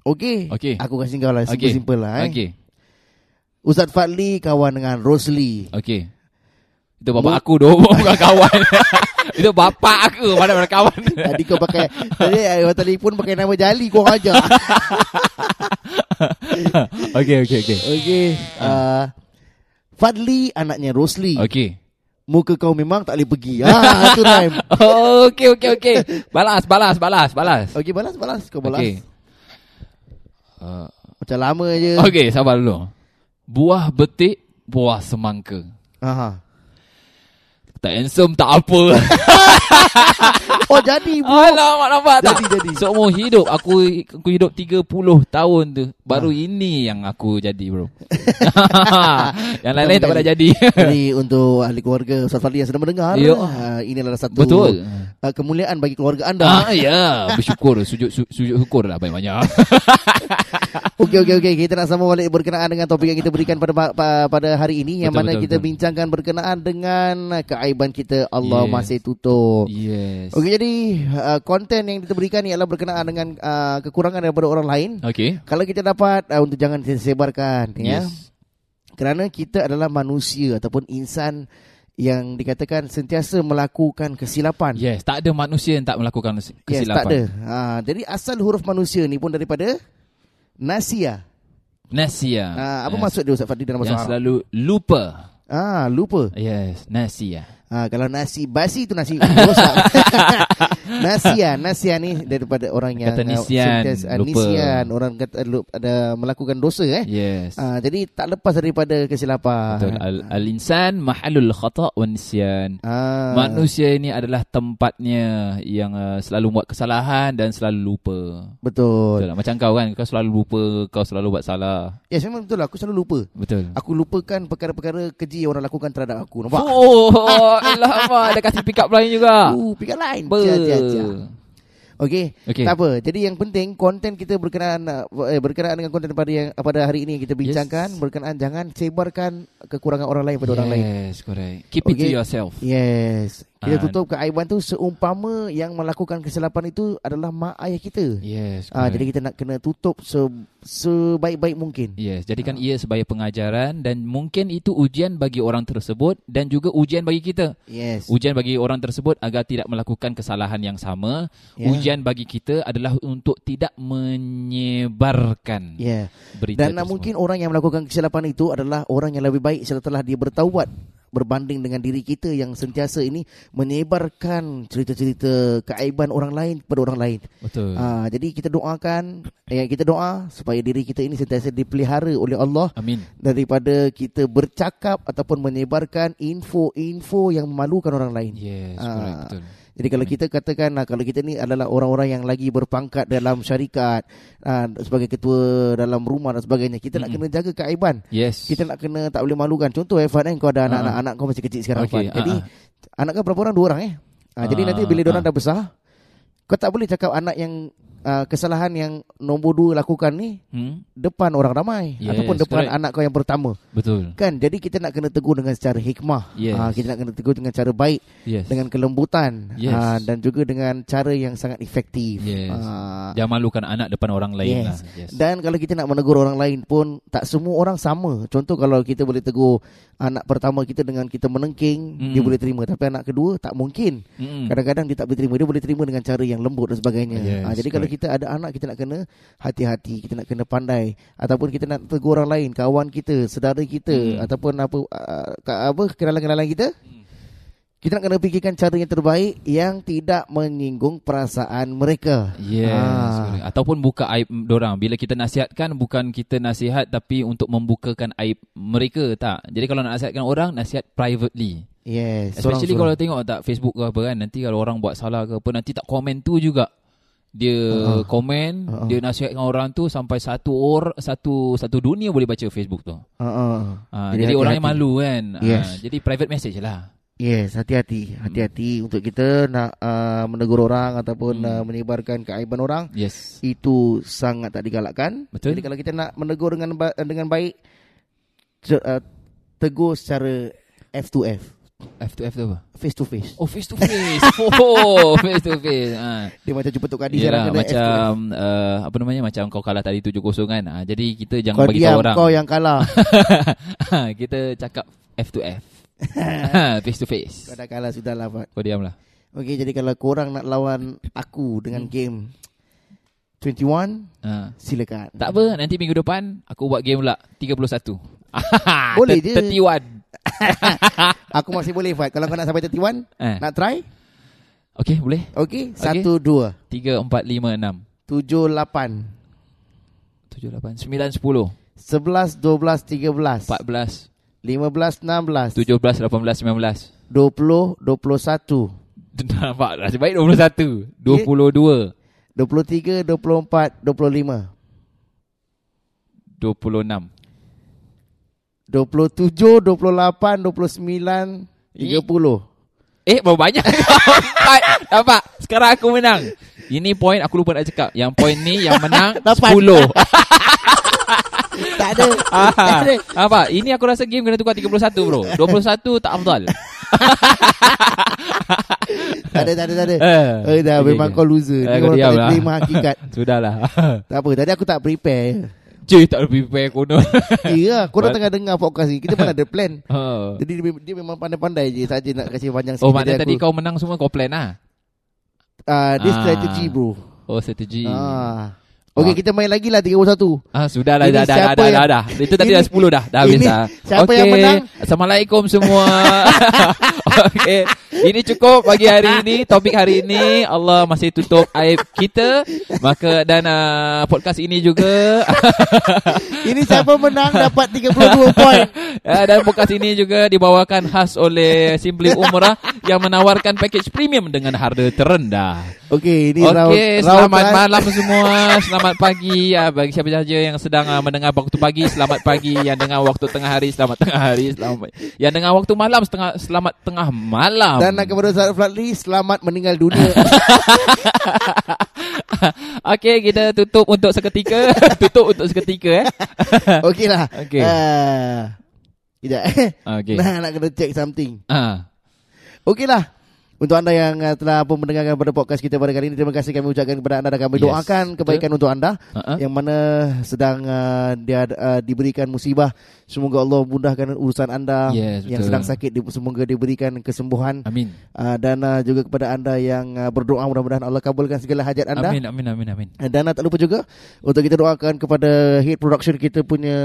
S1: Okay
S2: Okey.
S1: Aku kasih kau lah Simple-simple lah eh.
S2: Okay
S1: Ustaz Fadli kawan dengan Rosli
S2: Okay Itu bapak aku doh Bukan kawan Itu bapak aku Mana mana kawan
S1: Tadi kau pakai Tadi eh, orang telefon pakai nama Jali Kau aja
S2: Okay okay okay
S1: Okay
S2: Ah.
S1: uh, Fadli anaknya Rosli
S2: Okay
S1: Muka kau memang tak boleh pergi ah, Itu rhyme
S2: Oh, okay, okay, okay. Balas, balas, balas, balas.
S1: Okay balas balas Kau balas
S2: Okay. Uh,
S1: Macam lama je
S2: okay, sabar dulu. Buah betik, buah semangka.
S1: Aha.
S2: Tak handsome, tak apa.
S1: Oh jadi bu-
S2: Alamak, nampak tak?
S1: Jadi, jadi.
S2: Seumur hidup, aku aku hidup 30 tahun tu.
S1: Ah.
S2: Baru ini yang aku jadi, bro. yang lain-lain
S1: Betul
S2: tak pernah
S1: sekali.
S2: jadi.
S1: Jadi untuk ahli keluarga Ustaz Fadli yang sedang mendengar
S2: Ya.
S1: uh, Ini adalah satu
S2: Betul.
S1: uh, Kemuliaan bagi keluarga anda
S2: Ah, ya. Bersyukur. Sujud, su, sujud syukur lah banyak-banyak.
S1: Okey okey okey kita nak sambung balik berkenaan dengan topik yang kita berikan pada pa- pa- pada hari ini yang
S2: Betul,
S1: mana
S2: betul,
S1: kita
S2: betul.
S1: bincangkan berkenaan dengan keaiban kita Allah
S2: Yes.
S1: masih tutup.
S2: yes.
S1: Okey jadi uh, konten yang kita berikan ni adalah berkenaan dengan uh, kekurangan daripada orang lain.
S2: Okay.
S1: Kalau kita dapat uh, untuk jangan disebarkan ya.
S2: Yes.
S1: Kerana kita adalah manusia ataupun insan yang dikatakan sentiasa melakukan kesilapan.
S2: Yes, tak ada manusia yang tak melakukan kesilapan.
S1: Yes, tak ada. Ha, jadi asal huruf manusia ni pun daripada nasia.
S2: Ah, Nasia.
S1: Ha, apa
S2: Yes.
S1: maksud dia Ustaz Fadli dalam bahasa
S2: Yang
S1: Arab?
S2: selalu lupa.
S1: Ah, lupa.
S2: Yes, nasia.
S1: Ah, kalau nasi basi itu nasi rosak. nasian, nasian ni daripada orang yang
S2: Kata
S1: ah,
S2: nisian,
S1: sentiasa- ah,
S2: lupa.
S1: nisian, orang kata lu- ada melakukan dosa eh.
S2: Yes.
S1: Ah, jadi tak lepas daripada kesilapan.
S2: Betul. Al- al-insan mahalul khata' wa nisyan.
S1: Ah,
S2: Manusia ini adalah tempatnya yang uh, selalu buat kesalahan dan selalu lupa.
S1: betul.
S2: Betul. Lah. Macam kau kan, kau selalu lupa, kau selalu buat salah.
S1: Ya, yes, memang betul lah. aku selalu lupa.
S2: Betul.
S1: Aku lupakan perkara-perkara keji yang orang lakukan terhadap aku. Nampak?
S2: Oh, lama dah kasih pick up lain juga.
S1: Uh, pick up line.
S2: Ber.
S1: Cia, cia, cia. Okey.
S2: Okey.
S1: Tak apa. Jadi yang penting konten kita berkenaan uh, eh, berkenaan dengan konten pada yang pada hari ini yang kita bincangkan
S2: Yes.
S1: berkenaan jangan sebarkan kekurangan orang lain pada
S2: yes,
S1: orang lain.
S2: correct. Keep it to
S1: Okay.
S2: yourself.
S1: Yes. Kita
S2: Ah.
S1: tutup keaiban tu seumpama yang melakukan kesilapan itu adalah mak ayah kita.
S2: Yes.
S1: Ah,
S2: correct.
S1: jadi kita nak kena tutup se, sebaik-baik mungkin.
S2: Yes, jadikan ia sebagai pengajaran dan mungkin itu ujian bagi orang tersebut dan juga ujian bagi kita.
S1: Yes.
S2: Ujian bagi orang tersebut agar tidak melakukan kesalahan yang sama.
S1: Ya.
S2: Ujian bagi kita adalah untuk tidak menyebarkan
S1: Yeah.
S2: berita
S1: Ya. Dan
S2: tersebut.
S1: mungkin orang yang melakukan kesilapan itu adalah orang yang lebih baik setelah dia bertaubat berbanding dengan diri kita yang sentiasa ini menyebarkan cerita-cerita keaiban orang lain kepada orang lain.
S2: betul.
S1: Ah, jadi kita doakan, eh, kita doa supaya diri kita ini sentiasa dipelihara oleh Allah
S2: Amin.
S1: daripada kita bercakap ataupun menyebarkan info-info yang memalukan orang lain.
S2: Yes,
S1: Ah.
S2: correct, betul.
S1: Jadi kalau kita katakan ah, kalau kita ni adalah orang-orang yang lagi berpangkat dalam syarikat ah, sebagai ketua dalam rumah dan sebagainya, kita nak
S2: Mm-mm.
S1: kena jaga keaiban.
S2: Yes.
S1: Kita nak kena tak boleh malukan. Contoh eh Fad eh, kau ada
S2: Ah.
S1: anak-anak anak kau masih kecil sekarang
S2: Okey,
S1: Fad. Jadi
S2: ah,
S1: anak kau berapa orang? Dua orang eh. Ah, jadi
S2: Ah,
S1: nanti bila dia orang
S2: ah.
S1: dah besar Kau tak boleh cakap anak yang uh, kesalahan yang nombor dua lakukan ni
S2: Hmm?
S1: depan orang ramai
S2: Yes,
S1: ataupun depan
S2: correct.
S1: anak kau yang pertama.
S2: Betul.
S1: Kan? Jadi kita nak kena tegur dengan secara hikmah.
S2: Yes.
S1: Ah, kita nak kena tegur dengan cara baik,
S2: Yes.
S1: dengan kelembutan
S2: Yes.
S1: ah, dan juga dengan cara yang sangat efektif.
S2: Yes.
S1: Ah,
S2: Jangan malukan anak depan orang lain
S1: Yes.
S2: lah. Yes.
S1: Dan kalau kita nak menegur orang lain pun tak semua orang sama. Contoh kalau kita boleh tegur anak pertama kita dengan kita menengking,
S2: Mm.
S1: dia boleh terima. Tapi anak kedua tak mungkin.
S2: Mm-mm.
S1: Kadang-kadang dia tak boleh terima. Dia boleh terima dengan cara yang lembut dan sebagainya.
S2: Mm. Yes,
S1: Ah, jadi kalau
S2: correct.
S1: kita ada anak kita nak kena hati-hati, kita nak kena pandai ataupun kita nak tegur orang lain, kawan kita, saudara kita
S2: Mm.
S1: ataupun apa ah, ka- apa kenalan-kenalan kita. Kita nak kena fikirkan cara yang terbaik yang tidak menyinggung perasaan mereka.
S2: Yes.
S1: Ah.
S2: Ah. Ataupun buka aib orang. Bila kita nasihatkan bukan kita nasihat tapi untuk membukakan aib mereka tak. Jadi kalau nak nasihatkan orang nasihat privately.
S1: Yes.
S2: Especially
S1: sorang-sorang.
S2: kalau tengok tak Facebook ke apa kan nanti kalau orang buat salah ke apa nanti tak komen tu juga. Dia
S1: Ah.
S2: komen,
S1: Ah.
S2: dia nasihatkan orang tu sampai satu or satu satu dunia boleh baca Facebook tu.
S1: Ah, ah.
S2: Ha,
S1: Jadi
S2: jadi, orang yang
S1: hati-hati.
S2: malu kan.
S1: Yes.
S2: Ha, jadi private message lah.
S1: Yes,
S2: Hmm.
S1: hati-hati, hati-hati untuk kita nak uh, menegur orang ataupun
S2: Hmm.
S1: uh, menyebarkan keaiban orang
S2: Yes.
S1: itu sangat tak digalakkan.
S2: Betul.
S1: Jadi kalau kita nak menegur dengan ba- dengan baik ce- uh, tegur secara F to F,
S2: F to F tu apa?
S1: face to face.
S2: Oh face to face. Oh face to face. Ha.
S1: Dia macam jumpa Tok Kadi
S2: Yelah,
S1: jarang kena F to F.
S2: macam uh, apa namanya macam kau kalah tadi 7-0 kan. Ha, jadi kita jangan
S1: Kau
S2: bagi
S1: diam,
S2: tahu orang. Ah,
S1: kau yang kalah.
S2: kita cakap F to F. Ah, face to face.
S1: kau dah kalah sudahlah Fat.
S2: Kau lah. diamlah.
S1: Okey, jadi kalau korang nak lawan aku
S2: Hmm.
S1: dengan game 21,
S2: Ha.
S1: silakan.
S2: Tak apa, nanti minggu depan aku buat game pula 31.
S1: Boleh je.
S2: Ter- 31.
S1: Aku masih boleh Fat. Kalau kau nak sampai 31,
S2: Eh.
S1: nak try?
S2: Okey, boleh.
S1: Okey, 1 2
S2: 3 4
S1: 7
S2: 5 6
S1: 8
S2: 7 8 9 10
S1: 11 12 13 14 15
S2: 14
S1: 16
S2: 17 18 19.
S1: 20 21
S2: Nampak nasib baik 21 22
S1: 23 24 25
S2: 26
S1: 27 28 29
S2: Eh.
S1: 30
S2: Eh berapa banyak Empat Nampak Sekarang aku menang Ini point aku lupa nak cakap Yang point ni yang menang
S1: Lapan.
S2: 10
S1: Tak ada Tak
S2: ah,
S1: ada
S2: Nampak Ini aku rasa game kena tukar 31 bro 21 tak afdal
S1: Tak ada tak ada, tak ada.
S2: Eh,
S1: Eh dah
S2: okey,
S1: memang kau
S2: okey.
S1: loser
S2: Eh,
S1: Ni
S2: kau
S1: orang tak
S2: diam
S1: boleh
S2: lah.
S1: terima hakikat
S2: Sudahlah
S1: Tak apa Tadi aku tak prepare
S2: Cuy tak ada prepare kono
S1: Ya Korang
S2: But-
S1: tengah dengar podcast ni Kita mana ada plan
S2: Oh,
S1: Jadi dia, dia memang pandai-pandai je Saja nak kasih panjang sikit
S2: oh maknanya
S1: dari
S2: tadi
S1: aku.
S2: kau menang semua kau plan lah
S1: Ah, Dia
S2: Ah.
S1: strategi bro
S2: Oh strategi ah,
S1: ah. Okay kita main lagi lah 31
S2: Ha, Sudahlah
S1: Ini
S2: dah dah dah
S1: siapa
S2: dah, dah
S1: yang-
S2: dah Itu tadi
S1: ini-
S2: dah 10 dah Dah habis
S1: ini
S2: dah
S1: siapa yang
S2: Okey,
S1: menang?
S2: Assalamualaikum semua Okay Ini cukup bagi hari ini Topik hari ini Allah masih tutup aib kita Maka dan uh, podcast ini juga
S1: Ini siapa menang dapat 32 point
S2: Uh, dan podcast ini juga dibawakan khas oleh Simply Umrah yang menawarkan package premium dengan harga terendah.
S1: Okey, ini round
S2: Okey,
S1: round
S2: selamat
S1: terakhir.
S2: malam semua. Selamat pagi ya bagi siapa saja yang sedang ah, mendengar waktu pagi, selamat pagi. Yang dengar waktu tengah hari, selamat tengah hari. Selamat. Yang dengar waktu malam, setengah selamat tengah malam.
S1: Dan kepada Ustaz Fadli Selamat meninggal dunia
S2: Okey, kita tutup untuk seketika. tutup untuk seketika eh.
S1: Okey lah
S2: Okey.
S1: Ah, Kejap
S2: Okey.
S1: Nah nak kena check something
S2: Ah.
S1: Okey lah untuk anda yang uh, telah pun mendengarkan pada podcast kita pada kali ini Terima kasih kami ucapkan kepada anda Dan kami
S2: Yes,
S1: doakan kebaikan untuk anda
S2: Uh-uh.
S1: Yang mana sedang uh, dia, uh, diberikan musibah Semoga Allah mudahkan urusan anda Yang
S2: Yes, betul.
S1: sedang sakit di- Semoga diberikan kesembuhan
S2: Amin.
S1: uh, Dan uh, juga kepada anda yang uh, berdoa Mudah-mudahan Allah kabulkan segala hajat anda
S2: Amin, amin, amin, amin.
S1: Dan ah, tak lupa juga untuk kita doakan kepada head production kita punya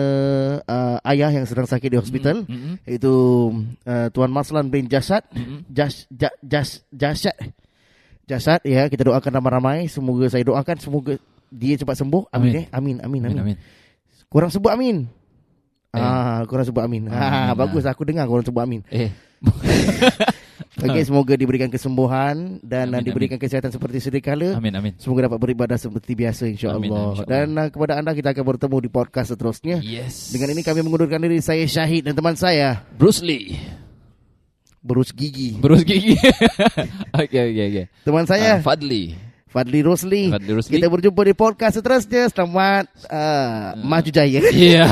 S1: uh, ayah yang sedang sakit di hospital. Mm.
S2: Mm-mm.
S1: Itu uh, Tuan Maslan bin Jasad.
S2: Mm-mm.
S1: Jas, ja, jas, jasad. Jasad ya kita doakan ramai-ramai. Semoga saya doakan semoga dia cepat sembuh. Amin
S2: Amin.
S1: eh. Amin amin amin.
S2: Amin, amin.
S1: Korang sebut amin.
S2: Eh.
S1: Ah, korang sebut amin. Ha,
S2: Amin,
S1: bagus aku dengar korang sebut amin.
S2: Eh,
S1: Okey, semoga diberikan kesembuhan dan
S2: Ah.
S1: ah,
S2: Amin,
S1: diberikan kesihatan seperti sedia kala.
S2: amin, amin.
S1: Semoga dapat beribadah seperti biasa
S2: Amin, amin,
S1: insya-Allah.
S2: insya-Allah.
S1: Dan uh, kepada anda kita akan bertemu di podcast seterusnya.
S2: Yes.
S1: Dengan ini kan? kami mengundurkan diri saya Syahid dan teman saya
S2: Bruce Lee.
S1: Berus Gigi.
S2: Bruce Gigi. okay, okay, okay.
S1: Teman
S2: Uh,
S1: saya
S2: Fadli.
S1: Fadli Rosli.
S2: Fadli Rosli.
S1: Kita berjumpa di podcast seterusnya. Selamat uh, maju jaya.
S2: Ya.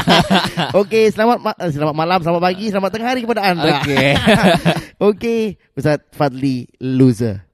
S1: Okey, selamat ma- eh, selamat malam, selamat pagi, selamat tengah hari kepada anda.
S2: Okey.
S1: Okey, Ustaz Fadli loser.